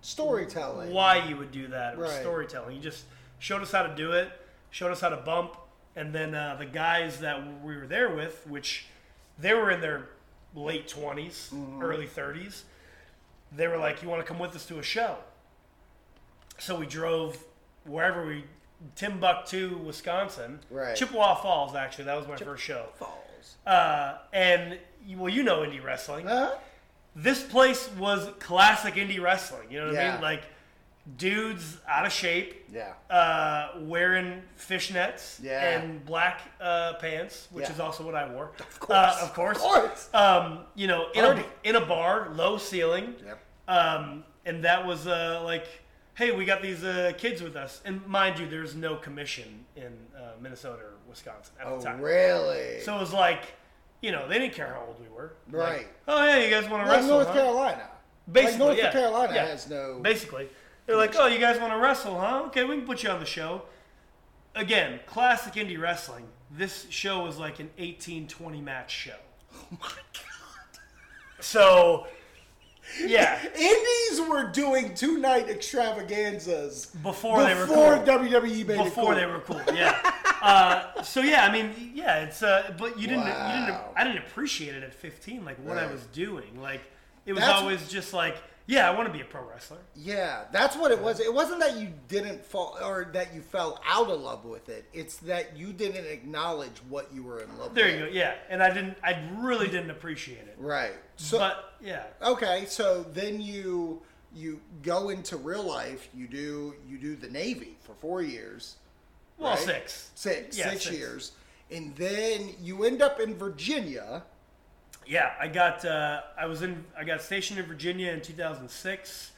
B: Storytelling.
C: why you would do that or
B: Right.
C: storytelling. He just showed us how to do it, showed us how to bump, and then uh, the guys that we were there with, which they were in their late 20s,
B: Mm-hmm.
C: early 30s, they were like, You want to come with us to a show? So we drove wherever we, Timbuktu, Wisconsin,
B: Right.
C: Chippewa Falls, actually. That was my first show.
B: Falls.
C: Uh, and, you- well, you know indie wrestling
B: Huh?
C: this place was classic indie wrestling. You know what I
B: Yeah.
C: mean? Like dudes out of shape,
B: Yeah.
C: uh, wearing fishnets
B: Yeah.
C: and black uh, pants, which
B: Yeah.
C: is also what I wore. Of
B: course.
C: uh, of course.
B: Of course.
C: Um, you know, in a,
B: Party.
C: in a bar, low ceiling.
B: Yep.
C: Um, and that was uh, like, hey, we got these uh, kids with us. And mind you, there's no commission in uh, Minnesota or Wisconsin at
B: Oh,
C: the time.
B: really?
C: So it was like, you know, they didn't care how old we were. Like,
B: Right.
C: oh yeah, you guys want to
B: like
C: wrestle?
B: North
C: huh?"
B: Carolina.
C: Basically,
B: like North
C: yeah.
B: Carolina
C: Yeah.
B: has no.
C: Basically, they're like, "Oh, you guys want to wrestle, huh? Okay, we can put you on the show." Again, classic indie wrestling. This show was like an 18-20 match show. Oh my god. So, yeah,
B: Indies were doing two night extravaganzas
C: before, they were
B: before
C: cool.
B: WWE made it
C: before
B: cool.
C: they were cool. Yeah. uh, so yeah, I mean, yeah, it's uh, but you didn't, you didn't,
B: Wow.
C: I didn't appreciate it at 15, like what I
B: Right.
C: was doing. Like it was
B: That's-
C: always just like, yeah, I want to be a pro wrestler.
B: Yeah, that's what it was. It wasn't that you didn't fall or that you fell out of love with it. It's that you didn't acknowledge what you were in love
C: There
B: with.
C: you go. Yeah, and I didn't, I really didn't appreciate it.
B: Right. So
C: but yeah,
B: okay, so then you you go into real life, you do you do the Navy for 4 years.
C: well,
B: right?
C: six.
B: Six,
C: Yeah,
B: six,
C: six.
B: years. And then you end up in Virginia.
C: Yeah, I got, uh, I was in, I got stationed in Virginia in 2006.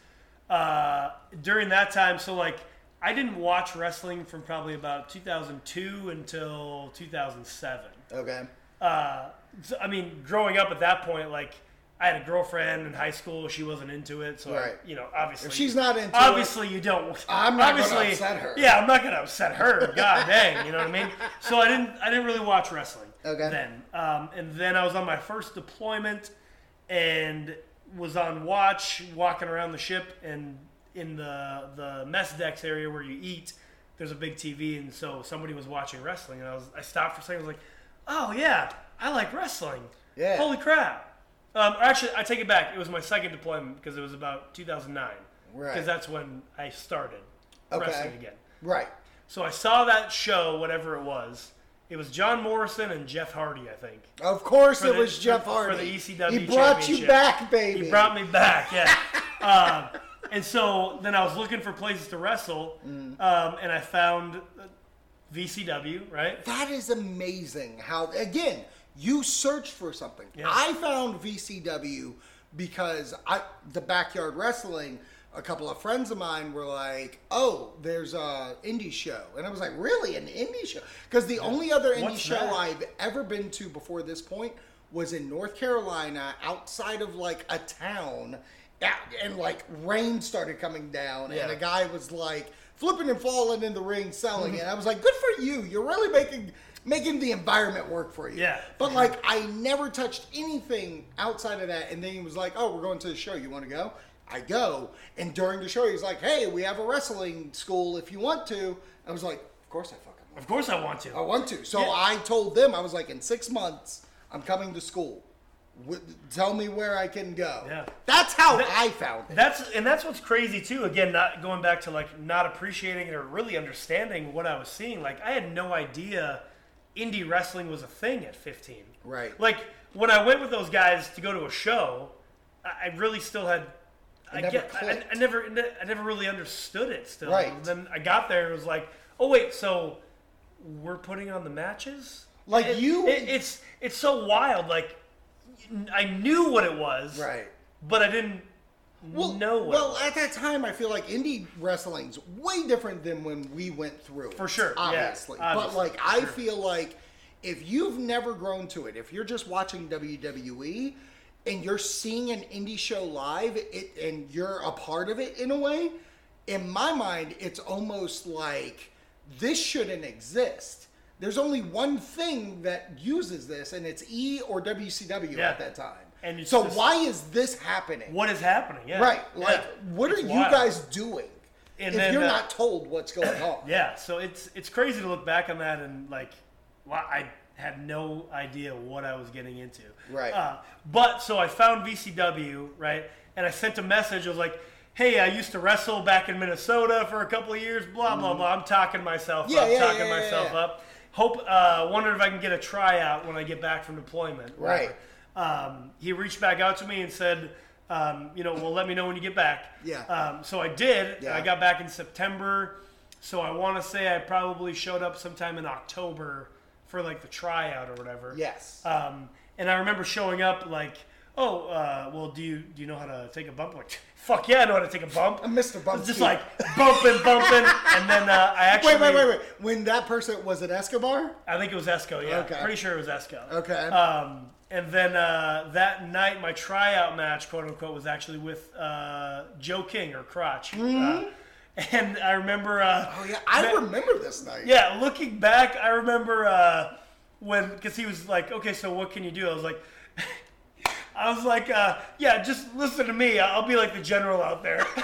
C: Uh, during that time, so like, I didn't watch wrestling from probably about 2002 until 2007.
B: Okay.
C: Uh, so, I mean, growing up at that point, like. I had a girlfriend in high school. She wasn't into it, so I-
B: Right.
C: you know, obviously,
B: If she's not into it-
C: obviously you don't.
B: I'm not gonna
C: obviously,
B: upset her.
C: Yeah, I'm not gonna
B: <laughs>
C: upset her. God dang, you know what I mean. So I didn't, I didn't really watch wrestling.
B: Okay.
C: Then, um, and then I was on my first deployment, and was on watch, walking around the ship, and in the the mess decks area where you eat, there's a big TV, and so somebody was watching wrestling, and I was, I stopped for a second, I was like, oh yeah, I like wrestling.
B: Yeah.
C: Holy crap. Um, or actually, I take it back. It was my second deployment because it was about 2009.
B: Right.
C: Because that's when I started
B: Okay.
C: wrestling again.
B: Right.
C: So I saw that show, whatever it was. It was John Morrison and Jeff Hardy, I think.
B: Of course,
C: For
B: it
C: the-
B: was Jeff
C: for- for
B: Hardy.
C: the ECW
B: He brought you
C: championship.
B: back, baby.
C: He brought me back, yeah. um, and so then I was looking for places to wrestle, um, and I found uh, VCW, right?
B: That is amazing how, again, you search for something.
C: Yeah.
B: I found VCW because I the backyard wrestling. A couple of friends of mine were like, "Oh, there's a indie show," and I was like, "Really, an indie show?" Because the only other indie
C: What's
B: show
C: that?
B: I've ever been to before this point was in North Carolina, outside of like a town, that- and like rain started coming down,
C: Yeah.
B: and a guy was like flipping and falling in the ring, selling
C: Mm-hmm.
B: it. I was like, "Good for you! You're really making making the environment work for you."
C: Yeah.
B: But like, I never touched anything outside of that. And then he was like, "Oh, we're going to the show. You want to go?" I go. And during the show, he was like, "Hey, we have a wrestling school if you want to." I was like, "Of course I fucking want."
C: Of course I want to.
B: I want to. So
C: Yeah.
B: I told them I was like, in six months, I'm coming to school. W- tell me where I can go.
C: Yeah.
B: That's how
C: That-
B: I found it.
C: That's and that's what's crazy too. Again, not going back to like not appreciating it or really understanding what I was seeing. Like I had no idea indie wrestling was a thing at 15.
B: Right.
C: Like when I went with those guys to go to a show, I, I really still had. I,
B: never
C: get, I,
B: clicked.
C: I never, I never really understood it. Still,
B: Right.
C: And then I got there and was like, "Oh wait, so we're putting on the matches."
B: Like,
C: It-
B: you-
C: it, it's it's so wild. Like, I knew what it was,
B: right.
C: But I didn't
B: Well,
C: know what. it
B: well, at that time, I feel like indie wrestling's way different than when we went through it.
C: For sure, yeah,
B: obviously. but
C: obviously,
B: like,
C: for
B: I
C: sure.
B: feel like If you've never grown to it, if you're just watching WWE and you're seeing an indie show live it, and you're a part of it in a way, in my mind, it's almost like this shouldn't exist. There's only one thing that uses this, and it's E or WCW
C: Yeah.
B: at that time.
C: And it's
B: so
C: just-
B: why is this happening?
C: What is happening? Yeah.
B: Right. Like,
C: Yeah.
B: what are
C: It's
B: you
C: wild.
B: guys doing
C: And
B: if
C: then,
B: you're
C: uh,
B: not told what's
C: <coughs>
B: going on?
C: Yeah. So it's it's crazy to look back on that and like, wow, I had no idea what I was getting into.
B: Right.
C: Uh, but so I found VCW right, and I sent a message. I was like. Hey, I used to wrestle back in Minnesota for a couple of years. Blah blah blah. I'm talking myself
B: Mm-hmm. Yeah,
C: up,
B: yeah,
C: talking
B: yeah, yeah,
C: myself
B: yeah.
C: up. Hope, uh, wondering if I can get a tryout when I get back from deployment.
B: Right.
C: Um, he reached back out to me and said, um, you know, well, let me know when you get back.
B: Yeah.
C: Um, so I did.
B: Yeah.
C: I got back in September. So I want to say I probably showed up sometime in October for like the tryout or whatever.
B: Yes.
C: Um, and I remember showing up like, oh, uh, well, do you do you know how to take a bump? Like, <laughs> fuck yeah, I know how to take a bump.
B: I'm Mr. Bump
C: Just
B: too.
C: like bumping, bumping, and then uh, I
B: <laughs>
C: actually
B: wait, wait, wait, wait. When that person was it Escobar?
C: I think it was Esco. Yeah,
B: Okay.
C: pretty sure it was Esco.
B: Okay.
C: Um, and then uh, that night, my tryout match, quote unquote, was actually with uh, Joe King or Crotch. Uh, and I remember. Uh,
B: Oh yeah, I
C: that-
B: remember this night.
C: yeah, looking back, I remember uh, when because he was like, "Okay, so what can you do?" I was like, <laughs> "I was like, uh, yeah, just listen to me. I'll be like the general out there." <laughs>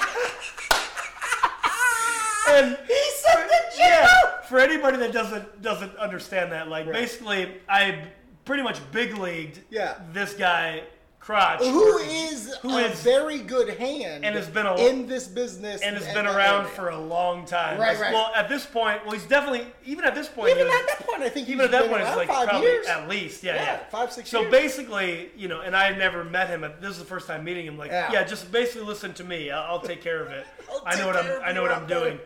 C: and
B: He said the
C: yeah, for anybody that doesn't doesn't understand that, like basically, I pretty much big leagued
B: Yeah.
C: this guy crotch
B: Who is
C: Who
B: a
C: is-
B: very good hand
C: and has been a-
B: in this business
C: and has
B: and
C: been
B: that
C: around
B: area?
C: for a long time.
B: Right, right.
C: Well, at this point, well, he's definitely even at this point,
B: even
C: he
B: at
C: was-
B: that point. I think he
C: even at that point,
B: around
C: it's like
B: five
C: probably
B: years.
C: at least, yeah, yeah,
B: Yeah, five, six
C: So
B: years.
C: basically, you know, and I had never met him. This is the first time meeting him. Like, yeah,
B: Yeah.
C: just basically listen to me. I'll, I'll take care of it.
B: <laughs> I'll
C: I
B: take
C: know what
B: care
C: I'm.
B: of
C: I know
B: you,
C: what
B: I'll
C: I'm
B: do
C: doing.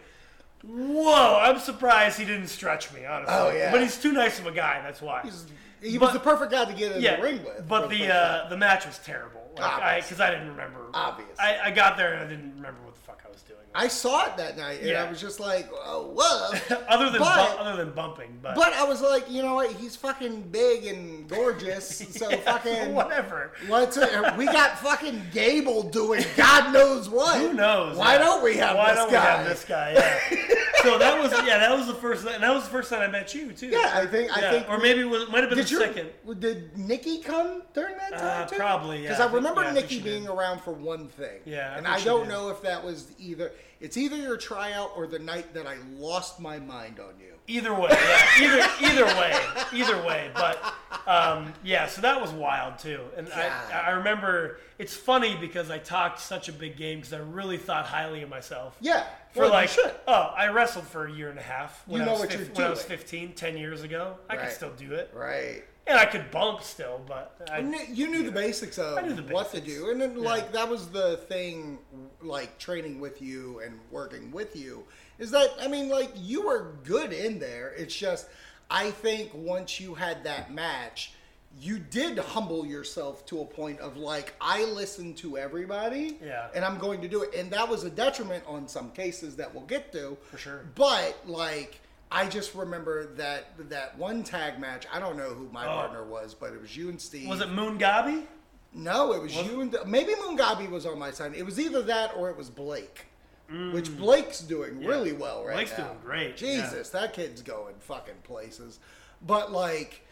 C: Whoa! I'm surprised he didn't stretch me, honestly.
B: Oh, yeah.
C: But he's too nice of a guy. That's why.
B: He's- he
C: But-
B: was the perfect guy to get in the ring with. for
C: But
B: the
C: the
B: first time.
C: uh, the match was terrible. Like, I
B: Obvious.
C: because I didn't remember.
B: Obvious.
C: I, I got there and I didn't remember what the fuck I was doing.
B: I saw it that night, and
C: Yeah.
B: I was just like, oh, whoa.
C: <laughs> other than
B: but-
C: bu- other than bumping, but,
B: But I was like, you know what? He's fucking big and gorgeous, so
C: <laughs> Yeah,
B: fucking
C: whatever.
B: What's it? We got fucking Gable doing God knows what.
C: Who knows?
B: Why
C: yeah.
B: don't we have
C: Why
B: this
C: don't
B: guy?
C: we have this guy? Yeah. so that was yeah, that was the first and that was the first time I met you too.
B: Yeah, I think I
C: Yeah,
B: think.
C: or maybe it was, might have been the
B: did your
C: second.
B: did Nikki come during that time
C: Uh,
B: too?
C: probably, yeah,
B: Because
C: I
B: I
C: think-
B: remember
C: yeah, I think she
B: Nikki
C: did.
B: being around for one thing.
C: Yeah, I
B: and
C: think
B: I
C: she
B: don't
C: did.
B: know if that was either. It's either your tryout or the night that I lost my mind on you.
C: Either way, yeah, either either way, either way. But um, yeah, so that was wild too, and
B: God.
C: I I remember it's funny because I talked such a big game because I really thought highly of myself.
B: Yeah,
C: For
B: well, you
C: like,
B: should.
C: oh, I wrestled for a year and a half
B: You
C: when, I,
B: know
C: was
B: what
C: fif-
B: you're
C: when I was
B: doing.
C: 15, 10 years ago. I could
B: Right.
C: still do it.
B: right.
C: And I could bump still, but I,
B: I knew, you knew the basics of
C: knew the
B: what to
C: basics.
B: do, and then like that was the thing, like training with you and working with you is that I mean, like you were good in there. It's just I think once you had that match, you did humble yourself to a point of like I listen to everybody,
C: Yeah.
B: and I'm going to do it, and that was a detriment on some cases that we'll get to
C: For sure.
B: But like. I just remember that that one tag match. I don't know who my partner was, but it was you and Steve.
C: Oh. was it Moon Gabi?
B: No, it was you and maybe Mungabi was on my side. It was either that or it was Blake, which Blake's doing really well right
C: Mm. Blake's
B: now.
C: doing great,
B: Jesus, that kid's going fucking places. But like,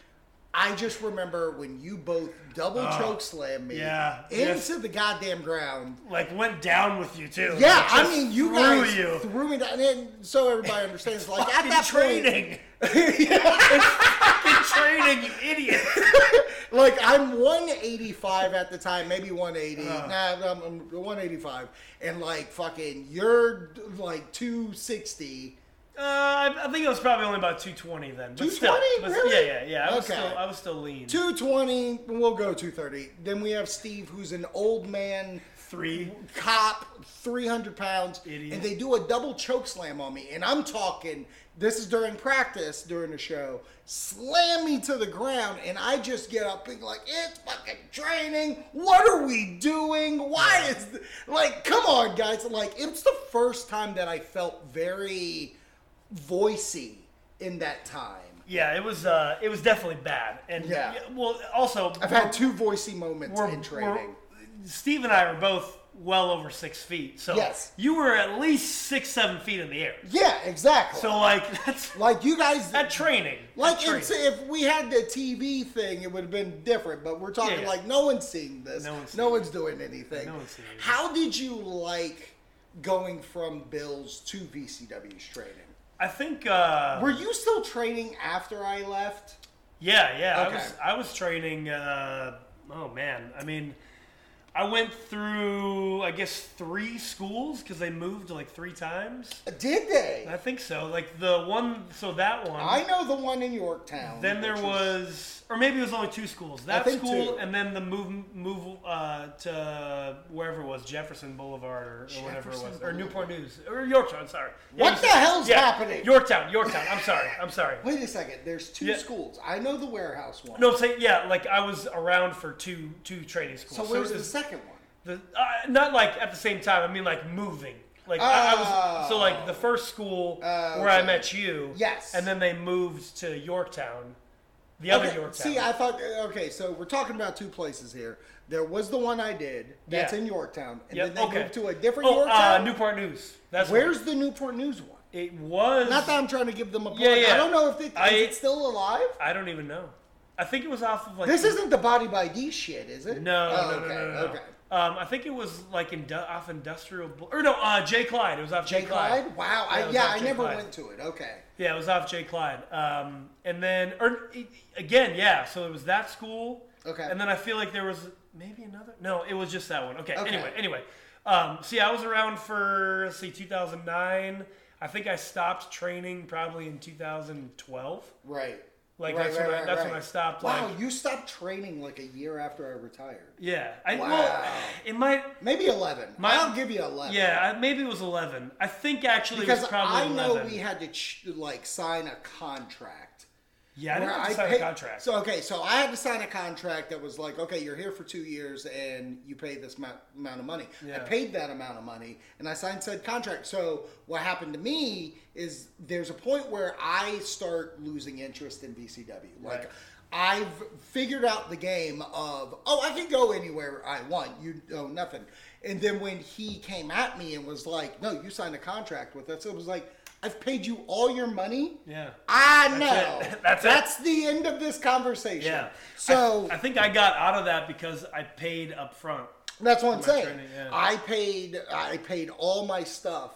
B: I just remember when you both double choke slam me
C: Oh, yeah,
B: into
C: yes.
B: the goddamn ground.
C: Like went down with you too.
B: Yeah,
C: Like,
B: I
C: just
B: mean, you
C: threw
B: guys
C: you.
B: threw me down, and so everybody understands. Like at
C: Fucking
B: that point- <laughs>
C: training. It's fucking training, you idiot.
B: Like I'm 185 at the time, maybe 180. Nah, I'm, I'm 185, and like fucking, you're like 260.
C: Uh, I, I think it was probably only about 220 then. But still,
B: 220?
C: but-
B: Really?
C: Yeah, yeah, yeah. I was
B: Okay.
C: still, I was still lean.
B: 220, we'll go 230. Then we have Steve, who's an old man,
C: Three.
B: cop, 300 pounds,
C: Idiot.
B: and they do a double choke slam on me. And I'm talking, this is during practice, during the show, slam me to the ground, and I just get up being like, it's fucking training. What are we doing? Why is, th-? like, come on, guys. Like, it's the first time that I felt very voicey in that time.
C: yeah, it was uh, it was definitely bad. And
B: Yeah.
C: well, also
B: I've had two voicey moments
C: we're-
B: in training.
C: we're- Steve and I were both well over six feet, so
B: Yes.
C: you were at least six, seven feet in the air.
B: Yeah, exactly.
C: So like <laughs> that's
B: like you guys,
C: that training.
B: like
C: That training.
B: it's, if we had the TV thing, it would have been different. But we're talking
C: Yeah, yeah.
B: like no one's seeing this.
C: No
B: No
C: one's
B: one's,
C: seeing
B: doing anything.
C: No one's seeing it.
B: How did you like going from Bills to VCW's training?
C: I think uh,
B: Were you still training after I left?
C: Yeah, yeah.
B: Okay.
C: I was I was training. Uh, oh man, I mean, I went through I guess three schools because they moved like three times.
B: Did they?
C: I think so. Like the one, so that one.
B: I know the one in Yorktown.
C: then there
B: which
C: was, or maybe it was only two schools. That
B: think
C: school,
B: two.
C: and then the move move uh, to wherever it was Jefferson Boulevard or, or whatever it was,
B: Jefferson
C: or Newport News or Yorktown. Sorry.
B: What
C: you
B: the
C: said-
B: hell's happening?
C: Yorktown, Yorktown. I'm sorry. I'm sorry.
B: Wait a second. There's two
C: Yeah.
B: schools. I know the warehouse one.
C: No, I'm saying yeah. Like I was around for two two training schools.
B: So where's
C: it
B: the
C: was-
B: second one?
C: The, uh, not like at the same time. I mean, like moving. Like I, I was so like the first school where I
B: Oh. okay.
C: met you.
B: Yes.
C: And then they moved to Yorktown, the other
B: Okay,
C: Yorktown.
B: See, I thought uh, okay, so we're talking about two places here. There was the one I did that's
C: Yeah.
B: in Yorktown, and
C: Yeah,
B: then they
C: okay.
B: moved to a different
C: oh,
B: Yorktown.
C: Uh, Newport News. That's
B: Where's the Newport News one?
C: where it was.
B: Not that I'm trying to give them a plug.
C: Yeah, yeah.
B: I don't know if it,
C: I-
B: is it still alive.
C: I don't even know. I think it was off of like.
B: This isn't the Body by D shit, is it?
C: No,
B: Oh,
C: no, no,
B: okay,
C: no, no, no.
B: Okay.
C: Um, I think it was like in, off industrial Bou- or no, uh, J Clyde. It was off J
B: Jay Clyde? Wow.
C: Yeah, it
B: I,
C: was
B: yeah,
C: off
B: I
C: Jay
B: never
C: Clyde.
B: went to it. Okay.
C: Yeah, it was off Jay Clyde. Um, and then, or e- again, yeah. So it was that school.
B: Okay.
C: And then I feel like there was maybe another. No, it was just that one. Okay.
B: Okay.
C: Anyway, anyway. Um, see, I was around for let's see 2009. I think I stopped training probably in 2012.
B: Right.
C: Like,
B: Right,
C: that's
B: right,
C: when I-
B: right,
C: that's when
B: right.
C: I stopped,
B: Wow,
C: like-
B: you stopped training like a year after I retired.
C: Yeah. I, Well,
B: Wow.
C: it might.
B: Maybe eleven.
C: My-
B: I'll give you eleven.
C: Yeah, I- maybe it was 11. I think actually it
B: because
C: was probably
B: I know
C: 11.
B: we had to ch- like sign a contract.
C: yeah, I didn't
B: Where
C: have to sign a
B: pay-
C: contract.
B: So okay, so I had to sign a contract that was like, okay, you're here for two years and you pay this amount, amount of money. I
C: Yeah.
B: paid that amount of money and I signed said contract. So what happened to me is there's a point where I start losing interest in VCW. Like
C: Right.
B: I've figured out the game of oh I can go anywhere I want. You know nothing. And then when he came at me and was like, no, you signed a contract with us. It was like. I've paid you all your money.
C: Yeah.
B: I know.
C: That's it. <laughs> That's it.
B: the end of this conversation.
C: yeah.
B: So
C: I, I think I got out of that because I paid up front.
B: that's what I'm saying.
C: training, yeah.
B: I paid I paid all my stuff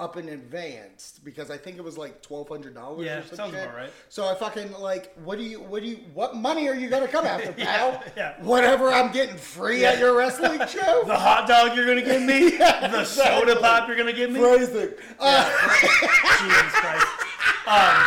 B: up in advance because I think it was like twelve hundred dollars.
C: Yeah,
B: or some
C: sounds
B: shit.
C: about right.
B: So I fucking like, what do you, what do you, what money are you gonna come
C: <laughs>
B: after, pal?
C: yeah.
B: Whatever I'm getting free at your
C: <laughs>
B: wrestling show.
C: The hot dog you're gonna give
B: <laughs>
C: me,
B: Yeah,
C: the
B: exactly.
C: soda pop you're gonna give me.
B: Crazy. Uh,
C: Jesus Christ. Um,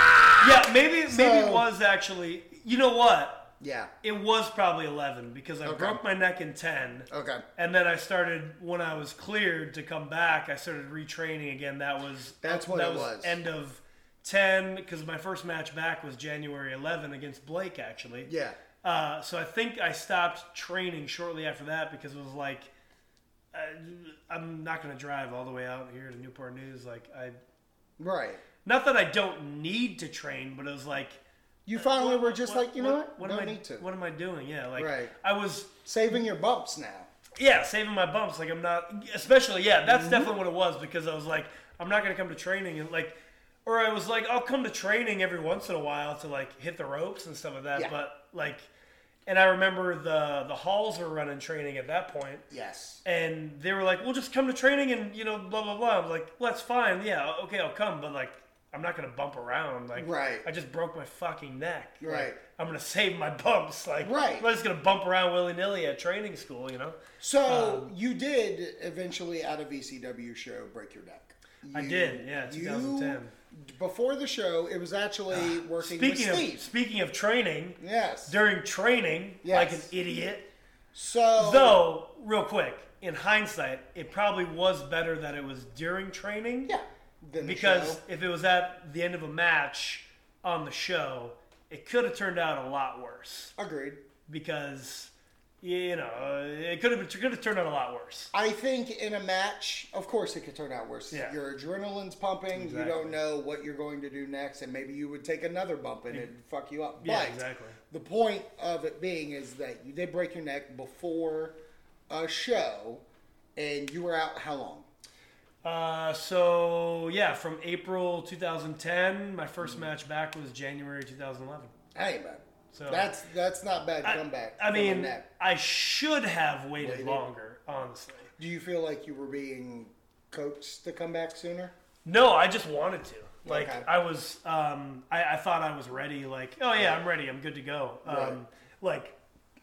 C: yeah, maybe maybe it
B: So-
C: was actually. You know what?
B: yeah.
C: It was probably 11 because I broke my neck in 10.
B: Okay.
C: And then I started when I was cleared to come back. I started retraining again. That was
B: That's what
C: that
B: it was.
C: End of 10 because my first match back was January 11 against Blake actually.
B: Yeah.
C: Uh, so I think I stopped training shortly after that because it was like, uh, I'm not gonna drive all the way out here to Newport News. Like I,
B: Right.
C: not that I don't need to train, but it was like,
B: You finally were just like, you know what?
C: Uh, What
B: Don't
C: am I?
B: need to.
C: What am I doing? Yeah, like
B: Right.
C: I was,
B: Saving your bumps now.
C: yeah, saving my bumps. Like I'm not, especially yeah, that's
B: Mm-hmm.
C: definitely what it was because I was like, I'm not gonna come to training and like, or I was like, I'll come to training every once in a while to like hit the ropes and stuff like that.
B: Yeah.
C: But like, and I remember the the halls were running training at that point.
B: Yes.
C: and they were like, "Well, just come to training and you know, blah blah blah." I'm like, "Well, that's fine. Yeah, okay, I'll come, but like, I'm not gonna bump around. Like,
B: Right.
C: I just broke my fucking neck. Like,
B: Right.
C: I'm gonna save my bumps. Like,
B: Right.
C: I'm not just gonna bump around willy nilly at training school. You know.
B: So
C: Um,
B: you did eventually at a VCW show break your neck.
C: I
B: You-
C: did, yeah, 2010.
B: You, before the show, it was actually working
C: Ah, Speaking
B: with
C: of
B: Steve.
C: speaking of training,
B: yes.
C: during training, like an
B: Yes.
C: idiot.
B: so
C: Though, real quick, in hindsight, it probably was better that it was during training.
B: yeah, then the
C: because
B: show.
C: if it was at the end of a match on the show, it could have turned out a lot worse
B: agreed.
C: because you know, uh, it could have been, could have turned out a lot worse.
B: I think in a match, of course, it could turn out worse.
C: Yeah.
B: Your adrenaline's pumping. You
C: Exactly.
B: don't know what you're going to do next, and maybe you would take another bump and it'd fuck you up.
C: Yeah,
B: but
C: exactly.
B: The point of it being is that you did break your neck before a show, and you were out how long?
C: Uh, so yeah, from April 2010, my
B: Mm.
C: first match back was January 2011.
B: Hey, man.
C: So-
B: that's that's not bad
C: I-
B: comeback.
C: I
B: from a
C: mean,
B: neck.
C: I should have waited,
B: Waited.
C: longer, honestly.
B: do you feel like you were being coaxed to come back sooner?
C: No, I just wanted to. Like
B: Okay.
C: I was, um, I, I thought I was ready. Like, oh yeah, I'm ready. I'm good to go. Um,
B: Right.
C: Like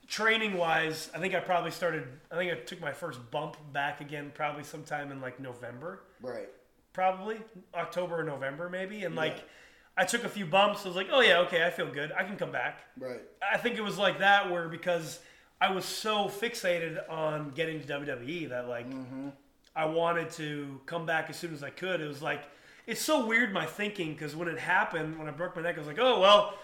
C: training wise, I think I probably started. I think I took my first bump back again, probably sometime in like November.
B: Right.
C: probably October or November maybe and like I took a few bumps I was like oh yeah okay I feel good I can come back
B: Right.
C: I think it was like that where because I was so fixated on getting to WWE that like I wanted to come back as soon as I could it was like it's so weird my thinking because when it happened when I broke my neck I was like oh well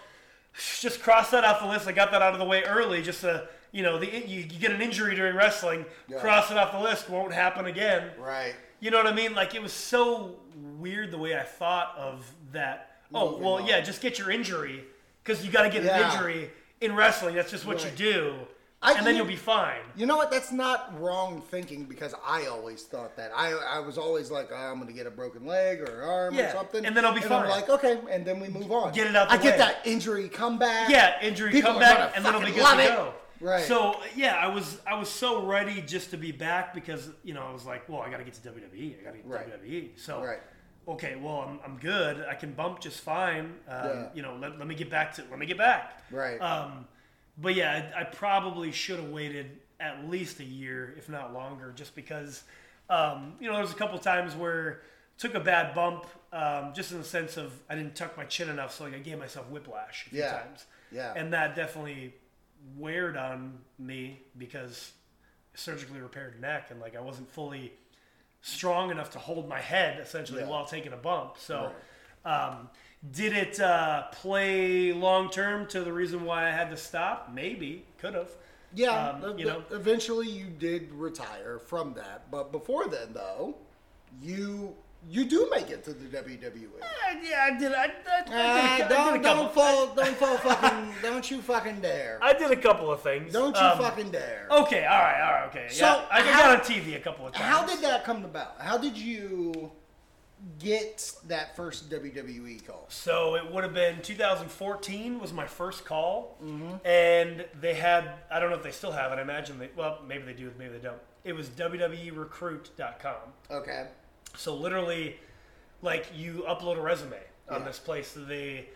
C: <sighs> just cross that off the list I got that out of the way early just to you know the you, you get an injury during wrestling
B: Yeah.
C: cross it off the list won't happen again
B: Right.
C: you know what I mean? Like it was so weird the way I thought of that. Oh
B: Moving
C: well,
B: on.
C: yeah, just get your injury because you got to get
B: Yeah.
C: an injury in wrestling. That's just what
B: Right.
C: you do,
B: I-
C: and then
B: you-
C: you'll be fine.
B: You know what? That's not wrong thinking because I always thought that. I, I was always like, oh, I'm going to get a broken leg or arm
C: Yeah,
B: or something.
C: and then I'll be
B: I'm
C: fine.
B: like, okay, and then we move on.
C: Get it out
B: I
C: the
B: get
C: way.
B: that injury comeback.
C: Yeah, injury
B: People are gonna
C: comeback, and then it'll be
B: fucking love
C: good to
B: it.
C: go.
B: Right.
C: So yeah, I was I was so ready just to be back because you know I was like, well, I got to get to WWE. I got to get to
B: Right.
C: WWE. So
B: Right.
C: okay, well, I'm, I'm good. I can bump just fine. Um,
B: Yeah.
C: You know, let, let me get back to let me get back.
B: Right.
C: Um, but yeah, I, I probably should have waited at least a year, if not longer, just because, um, you know, there was a couple times where took a bad bump, um, just in the sense of I didn't tuck my chin enough, so like I gave myself whiplash a few
B: Yeah.
C: times,
B: Yeah.
C: and that definitely weared on me because surgically repaired neck and like I wasn't fully strong enough to hold my head essentially
B: Yeah.
C: while taking a bump. So, um, did it uh, play long term to the reason why I had to stop? Maybe could have.
B: Yeah.
C: Um,
B: ev-
C: you know.
B: Eventually, you did retire from that. But before then, though, you you do make it to the WWE.
C: Yeah, I did. I, I, I did a
B: Ah,
C: cou-
B: don't,
C: I did Eh, a
B: don't
C: couple.
B: fall, don't fall fucking, don't you fucking dare.
C: <laughs> I did a couple of things.
B: Don't you
C: Um,
B: fucking dare.
C: Okay, all right, all right, okay.
B: So,
C: yeah, I
B: how-
C: got on TV a couple of times.
B: How did that come about? How did you get that first WWE call?
C: So it would have been 2014 was my first call, and they had I don't know if they still have it. I imagine they well maybe they do, maybe they don't. It was E WWERecruit.com.
B: Okay.
C: So literally, like you upload a resume on
B: Yeah.
C: this place. So they,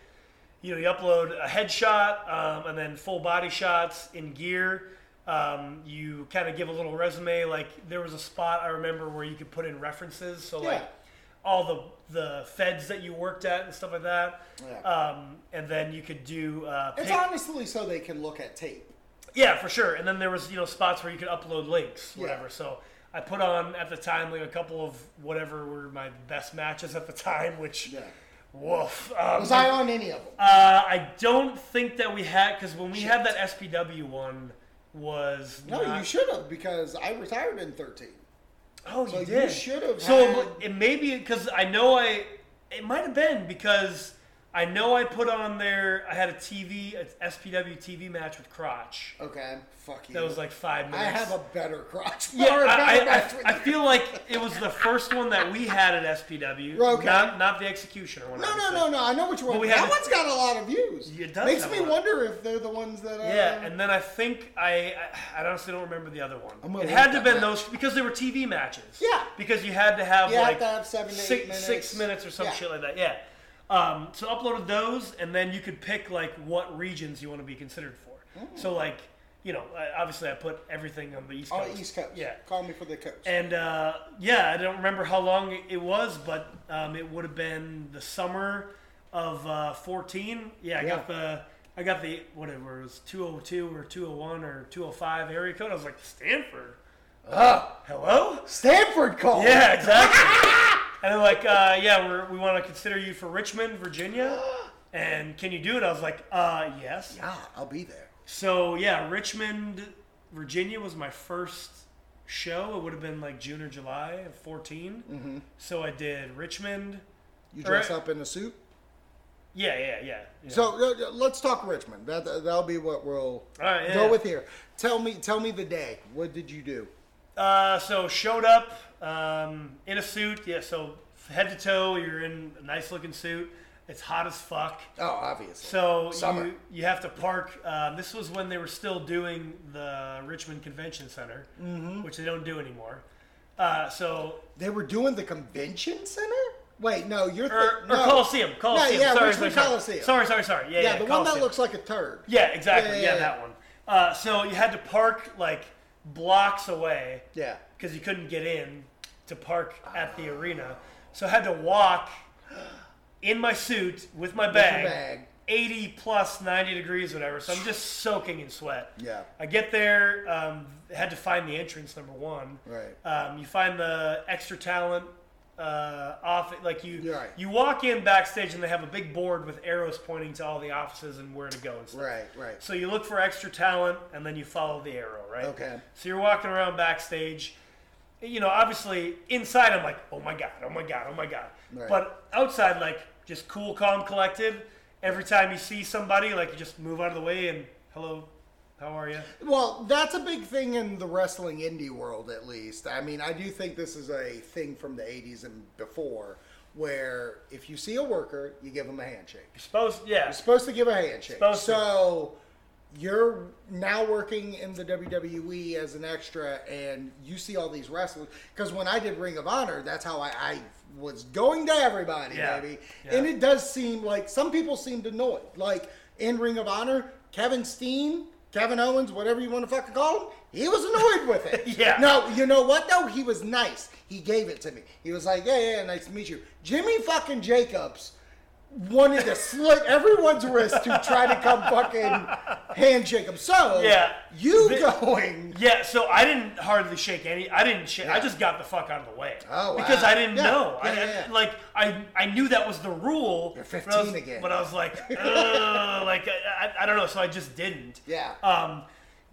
C: you know, you upload a headshot um, and then full body shots in gear. Um, you kind of give a little resume. Like there was a spot I remember where you could put in references. So like
B: Yeah.
C: all the the feds that you worked at and stuff like that.
B: Yeah.
C: Um, and then you could do uh,
B: It's
C: pic-
B: honestly so they can look at tape.
C: yeah, for sure. And then there was you know spots where you could upload links,
B: Yeah.
C: whatever. So I put on at the time like a couple of whatever were my best matches at the time, which
B: Yeah.
C: woof. Um,
B: Was I on any of them?
C: uh, I don't think that we had because when we had that SPW one was
B: No,
C: not-
B: you should have because I retired in 13.
C: Oh,
B: So
C: you
B: you
C: did.
B: should have
C: So
B: had-
C: it may be because I know I. It might have been because I know I put on there. I had a TV, a SPW TV match with Crotch.
B: Okay. Fuck you.
C: That was like five
B: I
C: minutes.
B: have a better crotch.
C: Yeah,
B: Or a better
C: I,
B: match with
C: I, I, I
B: you.
C: feel like it was the first one that we had at SPW,
B: Okay.
C: not not the execution or whatever.
B: No, no,
C: So-
B: no, no. I know which one.
C: we
B: that
C: had the-
B: one's got a lot of views.
C: It does
B: Makes
C: have
B: me
C: a lot.
B: wonder if they're the ones that. Uh,
C: Yeah, and then I think I I, I honestly don't remember the other
B: I'm
C: one.
B: gonna
C: It had to
B: look that
C: have been
B: up.
C: those because they were TV matches.
B: Yeah.
C: because you had to have
B: You have
C: like
B: to have seven to eight
C: six,
B: minutes.
C: six minutes or some
B: Yeah.
C: shit like that. Yeah. Um, so uploaded those, and then you could pick like what regions you want to be considered
B: Mm.
C: for. So like you know, I- obviously I put everything on the East
B: on
C: Coast.
B: the East Coast.
C: Yeah.
B: Call me for the coast.
C: And uh, yeah, I don't remember how long it was, but um, it would have been the summer of uh, 14. Yeah, I got
B: Yeah.
C: the I got the whatever it was 202 or 201 or 205 area code. I was like Stanford.
B: oh,
C: Hello? <laughs>
B: Stanford called.
C: Yeah, exactly. and they're like, uh, yeah, we're, we want to consider you for Richmond, Virginia. And can you do it? I was like, uh, yes.
B: Yeah, I'll be there.
C: So yeah, Richmond, Virginia was my first show. It would have been like June or July of 14.
B: Mm-hmm.
C: So I did Richmond.
B: You
C: All right.
B: dress up in a suit.
C: Yeah, yeah, yeah. yeah.
B: So uh, uh, let's talk Richmond. That that- that'll be what we'll
C: right, yeah.
B: go with here. Tell me, tell me the day. What did you do?
C: Uh, so showed up um, in a suit. Yeah, so head to toe, you're in a nice looking suit. It's hot as fuck.
B: Oh, obviously.
C: So
B: Summer.
C: you you have to park. Um, this was when they were still doing the Richmond Convention Center,
B: Mm-hmm.
C: which they don't do anymore. Uh, so
B: they were doing the convention center. Wait, no, you're thi-
C: or,
B: no.
C: or Er, Coliseum, Coliseum.
B: yeah,
C: sorry,
B: Richmond
C: sorry,
B: Coliseum.
C: Sorry, sorry, sorry. Yeah,
B: Yeah,
C: yeah,
B: the one
C: Coliseum.
B: that looks like a turd.
C: Yeah, exactly.
B: Yeah,
C: Yeah,
B: yeah, yeah.
C: that one. Uh, so you had to park like blocks away.
B: Yeah.
C: because you couldn't get in to park at the arena. So I had to walk in my suit with my bag,
B: bag.
C: 80 plus 90 degrees, whatever. So I'm just soaking in sweat.
B: Yeah.
C: I get there, um, had to find the entrance, number one.
B: Right.
C: Um, you find the extra talent uh, off, like you,
B: You're right.
C: you walk in backstage and they have a big board with arrows pointing to all the offices and where to go and stuff.
B: Right, right.
C: So you look for extra talent, and then you follow the arrow, right?
B: Okay.
C: So you're walking around backstage. You know, obviously inside, I'm like, oh my god, oh my god, oh my god.
B: Right.
C: But outside, like, just cool, calm, collected. Every time you see somebody, like, you just move out of the way and hello, how are you?
B: Well, that's a big thing in the wrestling indie world, at least. I mean, I do think this is a thing from the 80s and before, where if you see a worker, you give them a handshake.
C: You're supposed, yeah,
B: You're supposed to give a handshake.
C: Supposed to.
B: so you're now working in the WWE as an extra, and you see all these wrestlers. Because when I did Ring of Honor, that's how I, I was going to everybody,
C: Yeah.
B: baby.
C: Yeah.
B: And it does seem like some people seemed annoyed. Like in Ring of Honor, Kevin Steen. Kevin Owens, whatever you want to fucking call him, he was annoyed with it.
C: <laughs> Yeah.
B: No, you know what though? He was nice. He gave it to me. He was like, "Yeah, yeah, nice to meet you." Jimmy fucking Jacobs wanted to slit everyone's wrist to try to come fucking hand shake him. So
C: Yeah.
B: you
C: The-
B: going?
C: yeah. So I didn't hardly shake any. I didn't shake. I just got the fuck out of the way.
B: Oh, wow.
C: Because I didn't
B: Yeah.
C: know. I,
B: Yeah, yeah,
C: I-
B: yeah.
C: like I, I knew that was the rule.
B: You're
C: but I was-
B: 15 again.
C: But I
B: <laughs>
C: was like, Ugh, like I, I, I don't know. So I just didn't.
B: Yeah.
C: Um,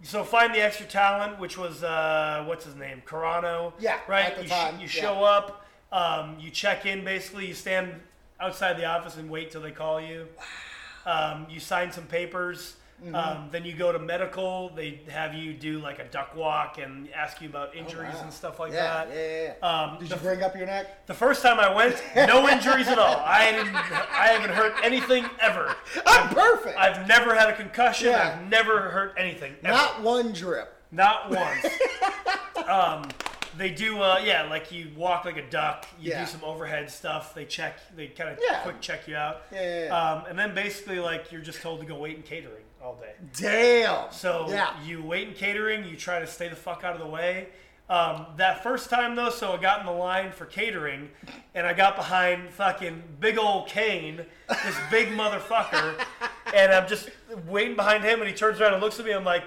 C: so find the extra talent, which was uh, what's his name, Carano.
B: Yeah,
C: Right.
B: at the
C: you
B: time, yeah.
C: you show up. Um, you check in. Basically, you stand outside the office and wait till they call you. Um, you sign some papers.
B: Mm-hmm.
C: Um, then you go to medical. They have you do like a duck walk and ask you about injuries
B: Oh, Wow.
C: and stuff like
B: yeah,
C: that.
B: Yeah, yeah, yeah.
C: Um,
B: Did
C: the
B: you bring up your neck?
C: the first time I went,
B: <laughs>
C: no injuries at all. I didn't. I haven't hurt anything ever.
B: I'm perfect.
C: I've never had a concussion.
B: Yeah.
C: I've never hurt anything. Ever.
B: Not one drip.
C: Not once. <laughs> um, they do, uh, yeah, like you walk like a duck. You
B: Yeah.
C: do some overhead stuff. They check, they kind of
B: Yeah.
C: quick check you out.
B: Yeah, yeah, yeah.
C: Um, and then basically, like you're just told to go wait in catering all day.
B: Damn.
C: So
B: yeah,
C: you wait in catering. You try to stay the fuck out of the way. Um, that first time though, so I got in the line for catering, and I got behind fucking big old Kane, this
B: <laughs>
C: big motherfucker, and I'm just waiting behind him, and he turns around and looks at me. I'm like,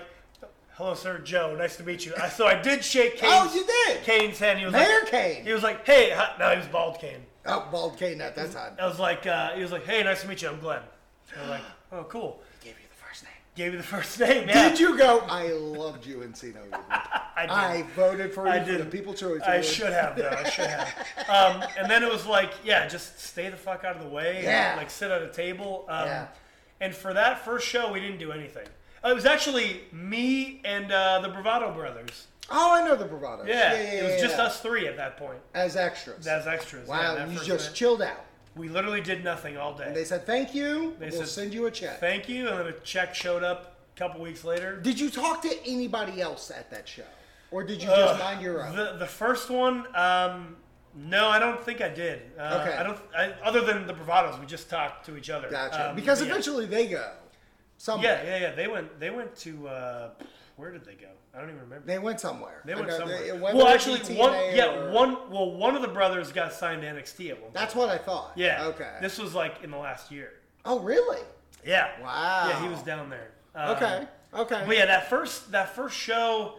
C: "Hello, sir, Joe. Nice to meet you." I, so I did shake Kane's,
B: Oh, you did?
C: Kane's hand. He was
B: Mayor
C: like,
B: Kane.
C: He was like, "Hey," hi- no, he was bald Kane.
B: oh, bald Kane at that time.
C: I was like, uh, he was like, "Hey, nice to meet you. I'm Glenn." I was like, "Oh, cool."
B: Gave you the first name.
C: Gave me the first name. Yeah,
B: Did you go? I loved you, Encino.
C: <laughs> I did.
B: I voted for you
C: I
B: for the
C: didn't.
B: People Choice.
C: I
B: Award.
C: should have though. I should have. Um, and then it was like, yeah, just stay the fuck out of the way.
B: Yeah.
C: Like sit at a table. Um,
B: Yeah.
C: And for that first show, we didn't do anything. Uh, It was actually me and uh, the Bravado Brothers.
B: Oh, I know the bravado.
C: Yeah,
B: yeah, yeah
C: it was
B: yeah,
C: just
B: yeah.
C: us three at that point
B: as extras.
C: as extras. yeah,
B: wow,
C: that
B: you
C: first
B: just
C: night.
B: chilled out.
C: we literally did nothing all day.
B: They said thank you.
C: They
B: we'll
C: said,
B: send you a check.
C: Thank you, and then a check showed up a couple weeks later.
B: Did you talk to anybody else at that show, or did you just mind your own?
C: Uh, The the first one, um, no, I don't think I did. Uh,
B: Okay.
C: I don't. I, other than the bravados, we just talked to each other.
B: gotcha.
C: Um,
B: because
C: but yeah.
B: eventually they go. Somewhere.
C: Yeah, yeah, yeah. They went. They went to. Uh, where did they go? I don't even remember.
B: They went somewhere.
C: They
B: I
C: went
B: know
C: somewhere.
B: it wasn't
C: well,
B: like
C: actually,
B: TNA
C: one.
B: or-
C: Yeah, one. Well, one of the brothers got signed to NXT at one. Point.
B: That's what I thought.
C: Yeah.
B: Okay.
C: This was like in the last year.
B: oh, really?
C: Yeah.
B: Wow.
C: Yeah, he was down there. Um,
B: Okay. Okay.
C: But yeah, that first that first show,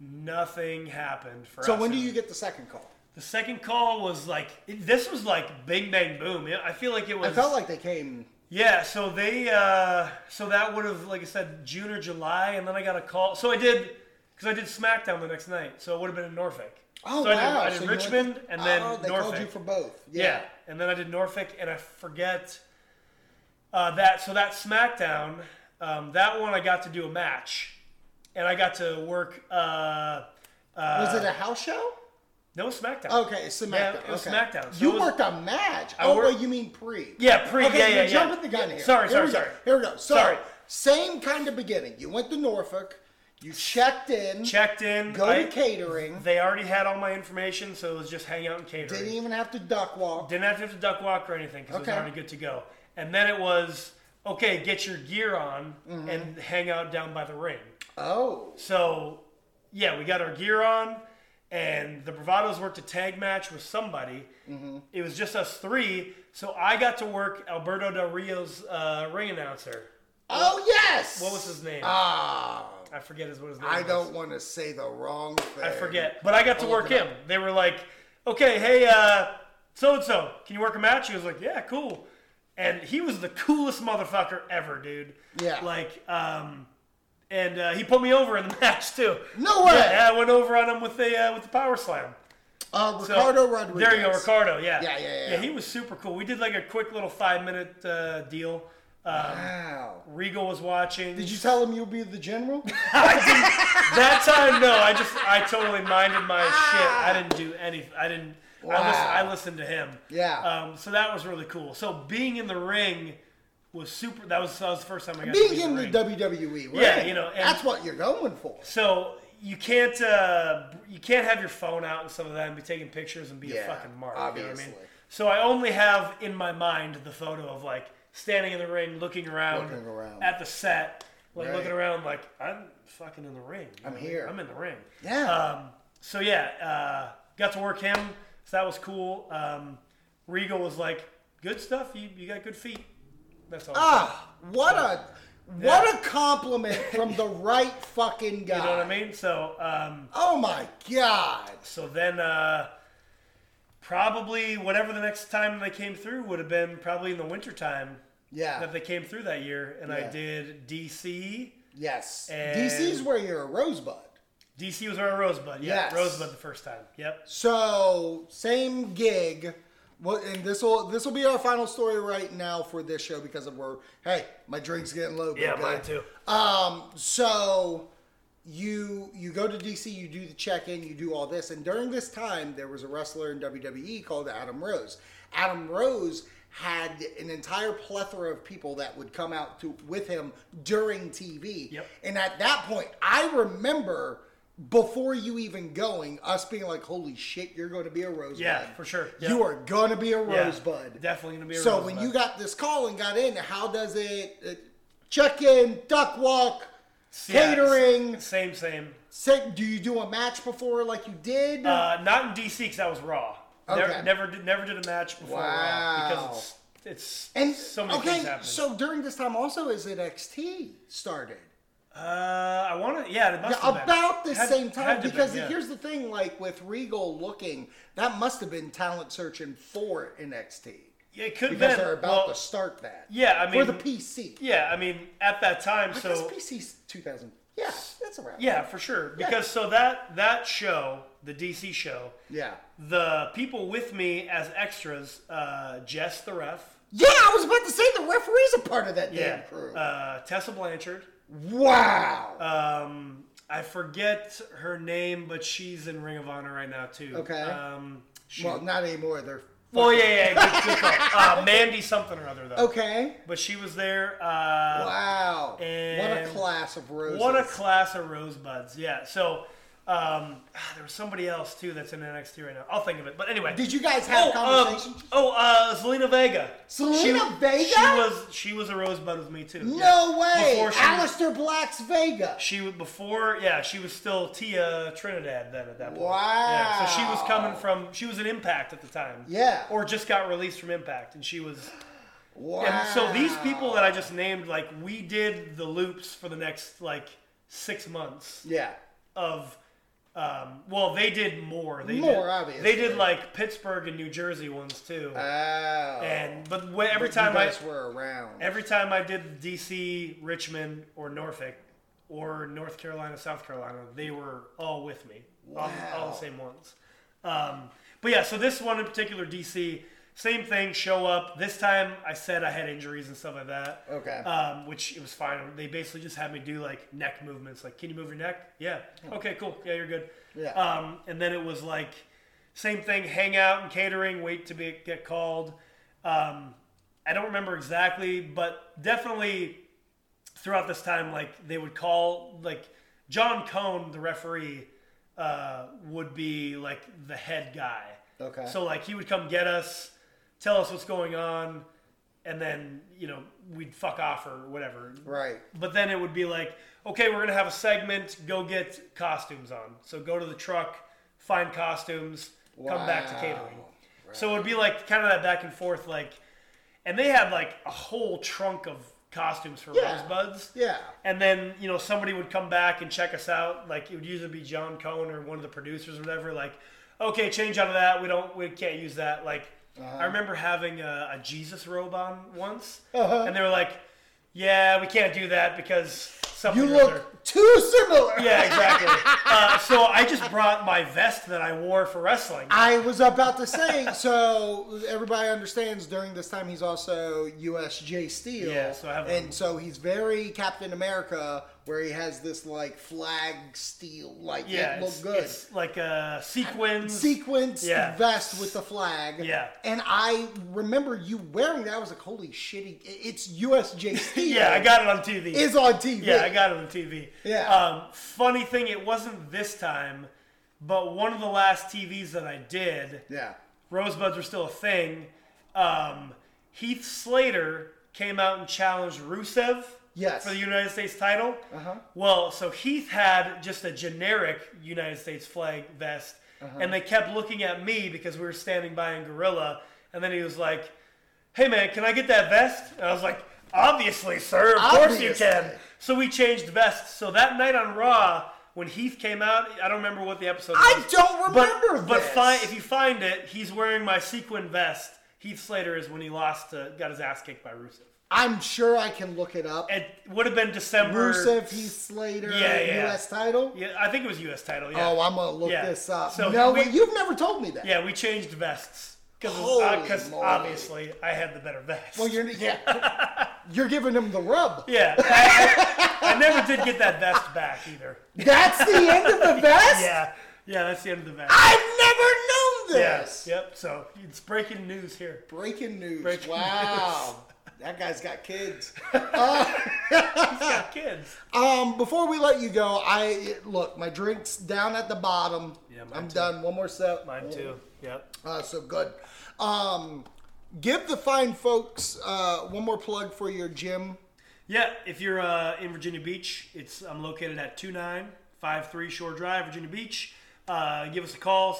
C: nothing happened for
B: so
C: us.
B: when do you get the second call?
C: The second call was like it- this was like Big Bang Boom. It- I feel like it was.
B: I felt like they came.
C: Yeah, so they uh so that would have like I said June or July and then I got a call. So I did because I did SmackDown the next night, so it would have been in Norfolk.
B: Oh
C: so I did,
B: wow!
C: I did
B: So you went to-
C: Richmond and then
B: oh, they
C: Norfolk.
B: called you for both.
C: Yeah.
B: Yeah.
C: and then I did Norfolk, and I forget uh, that. So that SmackDown, um, that one I got to do a match, and I got to work. Uh,
B: was it a house show?
C: no SmackDown.
B: Okay, it's SmackDown.
C: Yeah, it was
B: okay.
C: SmackDown, so
B: you
C: it was-
B: worked a match. oh,
C: worked-
B: well, you mean pre?
C: Yeah, pre,
B: Okay,
C: yeah,
B: you're
C: yeah, yeah.
B: jumping the gun here.
C: Sorry,
B: Here
C: sorry,
B: we go.
C: sorry.
B: Here we go. So,
C: Sorry.
B: Same kind of beginning. You went to Norfolk. You checked in.
C: Checked in.
B: Go
C: I-
B: to catering.
C: They already had all my information, so it was just hang out and catering.
B: Didn't even have to duck walk.
C: Didn't have to have to duck walk or anything because it
B: Okay.
C: was already good to go. And then it was okay, get your gear on
B: Mm-hmm.
C: and hang out down by the ring.
B: Oh,
C: So yeah, we got our gear on, and the Bravados worked a tag match with somebody.
B: Mm-hmm.
C: It was just us three, so I got to work Alberto Del Rio's uh, ring announcer.
B: oh yes.
C: What was his name?
B: Ah,
C: I forget his what his name.
B: I
C: was.
B: don't want to say the wrong thing.
C: I forget. But I got to
B: I'll
C: work
B: look it
C: him. They were like, okay, hey, uh, so and so, can you work a match? He was like, yeah, cool. And he was the coolest motherfucker ever, dude.
B: Yeah.
C: Like, um, and uh, he put me over in the <laughs> match too.
B: No way!
C: Yeah, I went over on him with the uh, with the power slam.
B: Uh,
C: So-
B: Ricardo Rodriguez.
C: There you go, Ricardo. Yeah.
B: Yeah, yeah, yeah.
C: Yeah, he was super cool. We did like a quick little five minute uh, deal. Um,
B: Wow.
C: Regal was watching.
B: Did you tell him you'll be the
C: <laughs>
B: general?
C: That time, no. I just, I totally minded my shit. I didn't do anything. I didn't. I, listened, I
B: Ah. Wow.
C: listened to him.
B: Yeah.
C: Um, so that was really cool. So being in the ring was super. That was that was the first time I got to
B: Being
C: be
B: in the
C: ring.
B: WWE, right?
C: Yeah, you know, and-
B: that's what you're going for.
C: so you can't uh, you can't have your phone out and some of that and be taking pictures and be a
B: Yeah,
C: fucking mark. You know what I mean?
B: obviously.
C: So I only have in my mind the photo of like standing in the ring, looking around,
B: Looking around.
C: at the set, like
B: Right.
C: looking around, like I'm fucking in the ring. You know what I mean?
B: here.
C: I'm in the ring.
B: Yeah.
C: Um, so yeah, uh, got to work him. So that was cool. Um, Regal was like, "Good stuff. You, you got good feet." That's all.
B: Ah, what a what a compliment from
C: <laughs>
B: the right fucking guy.
C: you know what I mean? So. Um,
B: Oh my god.
C: So then, uh, probably whatever the next time they came through would have been probably in the wintertime
B: Yeah.
C: that they came through that year. And I
B: Yeah.
C: did DC.
B: yes.
C: And-
B: DC's where you're a rosebud.
C: DC was our Rosebud. Yeah,
B: Yes.
C: Rosebud the first time. Yep.
B: So same gig. Well, and this will this will be our final story right now for this show because of where hey my drink's getting low.
C: Yeah,
B: good
C: mine
B: God.
C: too.
B: Um, so you you go to DC, you do the check in, you do all this, and during this time there was a wrestler in WWE called Adam Rose. Adam Rose had an entire plethora of people that would come out to with him during TV.
C: Yep.
B: And at that point, I remember before you even going, us being like, "Holy shit, you're going to be a Rosebud."
C: Yeah, for sure. Yeah.
B: You are going to be a
C: Yeah,
B: Rosebud
C: Definitely going to be a
B: so
C: Rosebud.
B: when you got this call and got in, how does it uh, check in, duck walk,
C: Yeah,
B: catering?
C: s- Same, same.
B: Say, do you do a match before like you did?
C: Uh, not in DC because that was Raw. Never,
B: Okay.
C: never, did, never did a match before Raw because it's, it's
B: and
C: so many
B: okay,
C: things happening.
B: so during this time also is it XT started?
C: uh, I want to, yeah, it must have been.
B: About the
C: Had-
B: same
C: had
B: time
C: to have
B: because
C: been, yeah.
B: here's the thing, like with Regal looking, that must have been talent searching for an XT
C: it could have
B: because
C: been.
B: they're about
C: well,
B: to start that.
C: yeah, I mean-
B: for the PC.
C: Yeah, I mean, at that time,
B: I
C: so
B: guess PC's 2000. Yeah, that's around.
C: yeah, for sure. Because so that that show, the DC show,
B: yeah,
C: the people with me as extras, uh, Jess the ref,
B: yeah. I was about to say the referees a part of that damn crew.
C: uh, Tessa Blanchard.
B: Wow.
C: Um, I forget her name, but she's in Ring of Honor right now too.
B: Okay.
C: Um, she,
B: well, not anymore. They're
C: well, yeah, yeah, yeah, good, good call. Uh, Mandy something or other though.
B: okay.
C: But she was there. Uh,
B: Wow. what
C: and-
B: a class of roses.
C: What a class of rosebuds. Yeah. So um, ah, there was somebody else too that's in NXT right now. I'll think of it. But anyway.
B: Did you guys have
C: um,
B: conversations?
C: oh, uh, Selena Vega.
B: Selena Vega?
C: She was she was a rosebud with me too.
B: no
C: yeah.
B: way.
C: Before she,
B: Alistair Black's Vega.
C: she was before yeah she was still Tia Trinidad then at that point.
B: Wow.
C: Yeah, so she was coming from she was an Impact at the time.
B: Yeah.
C: Or just got released from Impact and she was.
B: Wow.
C: And so these people that I just named like we did the loops for the next like six months.
B: Yeah.
C: of um, well they did more they
B: More,
C: did,
B: obviously.
C: they did like pittsburgh and new jersey ones too
B: Wow.
C: and but when, every
B: But
C: time
B: you
C: i
B: guys were around.
C: every time i did dc richmond or norfolk or North Carolina, South Carolina. They were all with me, all,
B: Wow.
C: all the same ones. Um, but yeah, so this one in particular, DC, same thing. Show up. This time, I said I had injuries and stuff like that.
B: Okay.
C: Um, which it was fine. They basically just had me do like neck movements. Like, can you move your neck? Yeah.
B: Hmm.
C: Okay, cool. Yeah, you're good.
B: Yeah.
C: Um, and then it was like, same thing. Hang out and catering. Wait to be get called. Um, I don't remember exactly, but definitely throughout this time, like they would call like John Cone, the referee, uh, would be like the head guy.
B: Okay.
C: So like he would come get us, tell us what's going on, and then you know we'd fuck off or whatever.
B: Right.
C: But then it would be like, okay, we're gonna have a segment. Go get costumes on. So go to the truck, find costumes, come back to
B: Wow.
C: catering. So it would be like kind of that back and forth, like, and they had like a whole trunk of costumes for
B: Yeah.
C: rosebuds.
B: Yeah.
C: And then, you know, somebody would come back and check us out. Like it would usually be John Cohen or one of the producers or whatever. Like, okay, change out of that. We don't, we can't use that. Like, I
B: Uh-huh.
C: remember having a, a Jesus robe on once,
B: Uh-huh.
C: and they were like, "Yeah, we can't do that because something."
B: You
C: or other."
B: look too similar.
C: Yeah, exactly. <laughs> uh, so I just brought my vest that I wore for wrestling.
B: I was about to say. so everybody understands. During this time, he's also USJ Steel.
C: Yeah, so I have a-
B: and so he's very Captain America, where he has this like flag steel, like
C: yeah,
B: it
C: it's,
B: looked good.
C: it's like a sequins.
B: Sequenced
C: Yeah.
B: vest with the flag.
C: Yeah.
B: And I remember you wearing that. I was like, holy shitty. It's USJ Steel.
C: <laughs> yeah, I got it on TV.
B: Is on TV.
C: Yeah, I got it on TV.
B: Yeah.
C: Um, funny thing, it wasn't this time, but one of the last TVs that I did,
B: Yeah.
C: rosebuds were still a thing. Um, Heath Slater came out and challenged Rusev
B: Yes.
C: for the United States title.
B: Uh-huh.
C: Well, so Heath had just a generic United States flag vest,
B: Uh-huh.
C: and they kept looking at me because we were standing by in Gorilla, and then he was like, "Hey man, can I get that vest?" And I was like, "Obviously, sir. Of course you
B: Obviously.
C: can." So we changed vests. So that night on Raw, when Heath came out, I don't remember what the episode.
B: I
C: was
B: don't
C: but,
B: remember
C: but
B: this.
C: fi- if you find it, he's wearing my sequin vest. Heath Slater is when he lost, to, got his ass kicked by Rusev.
B: I'm sure I can look it up.
C: It would have been December.
B: Rusev, Heath Slater,
C: Yeah, yeah.
B: U.S. title.
C: Yeah, I think it was U.S. title. Yeah.
B: Oh, I'm gonna look
C: Yeah.
B: this up.
C: So
B: no,
C: we-
B: wait, you've never told me that.
C: yeah, we changed vests
B: Holy
C: because
B: moly.
C: obviously I had the better vest.
B: Well, you're yeah, you're giving him the rub.
C: <laughs> yeah, I, I- I never did get that vest back either.
B: That's the end of the vest.
C: Yeah, yeah, that's the end of the vest.
B: Ah, I've never known this.
C: Yes. Yep. So it's breaking news here.
B: Breaking news.
C: Breaking
B: wow. That guy's got kids.
C: Yeah,
B: Ah.
C: kids.
B: Um, before we let you go, I look my drinks down at the bottom.
C: Yeah, mine
B: I'm
C: too.
B: done. One more sip.
C: Mine too. Yep.
B: Uh, so good. Um, give the fine folks uh, one more plug for your gym.
C: Yeah, if you're uh, in Virginia Beach, it's I'm located at 2953 Shore Drive, Virginia Beach. Uh, give us a call,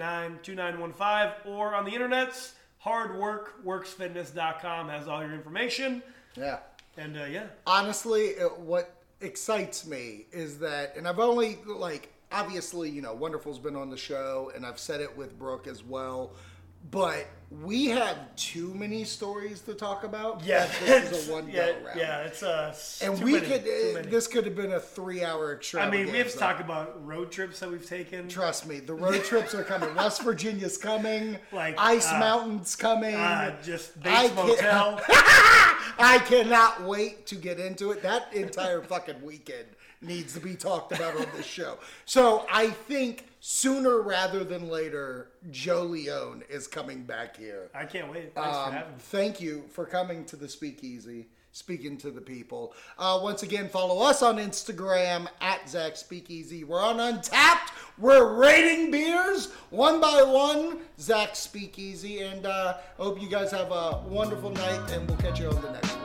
C: 757-339-2915, or on the internets, hardworkworksfitness.com has all your information.
B: Yeah.
C: And uh, yeah,
B: honestly, it, what excites me is that, and I've only like obviously, you know, Wonderful's been on the show, and I've said it with Brooke as well. But we have too many stories to talk about.
C: yeah,
B: this is a one
C: <laughs> yeah,
B: go round.
C: yeah, it's uh,
B: and
C: too
B: we
C: many,
B: could.
C: too
B: uh,
C: many.
B: This could have been a three-hour
C: I
B: extravaganza.
C: mean, we have to talk about road trips that we've taken.
B: Trust me,
C: <laughs>
B: the road trips are coming. West Virginia's coming.
C: Like,
B: Ice
C: uh,
B: Mountains coming.
C: Uh, just
B: I
C: Bates
B: can't-
C: Motel.
B: <laughs> I cannot wait to get into it. That entire fucking weekend needs to be talked about on this show. So I think sooner rather than later, Joe Leone is coming back here.
C: I can't wait. Thanks
B: Um,
C: for having me.
B: Thank you for coming to the Speakeasy, speaking to the people. Uh, once again, follow us on Instagram at Zach Speakeasy. We're on Untapped. We're rating beers one by one. Zach Speakeasy, and uh, I hope you guys have a wonderful night, and we'll catch you on the next one.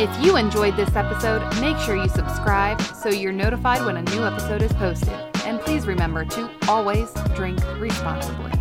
A: If you enjoyed this episode, make sure you subscribe so you're notified when a new episode is posted. And please remember to always drink responsibly.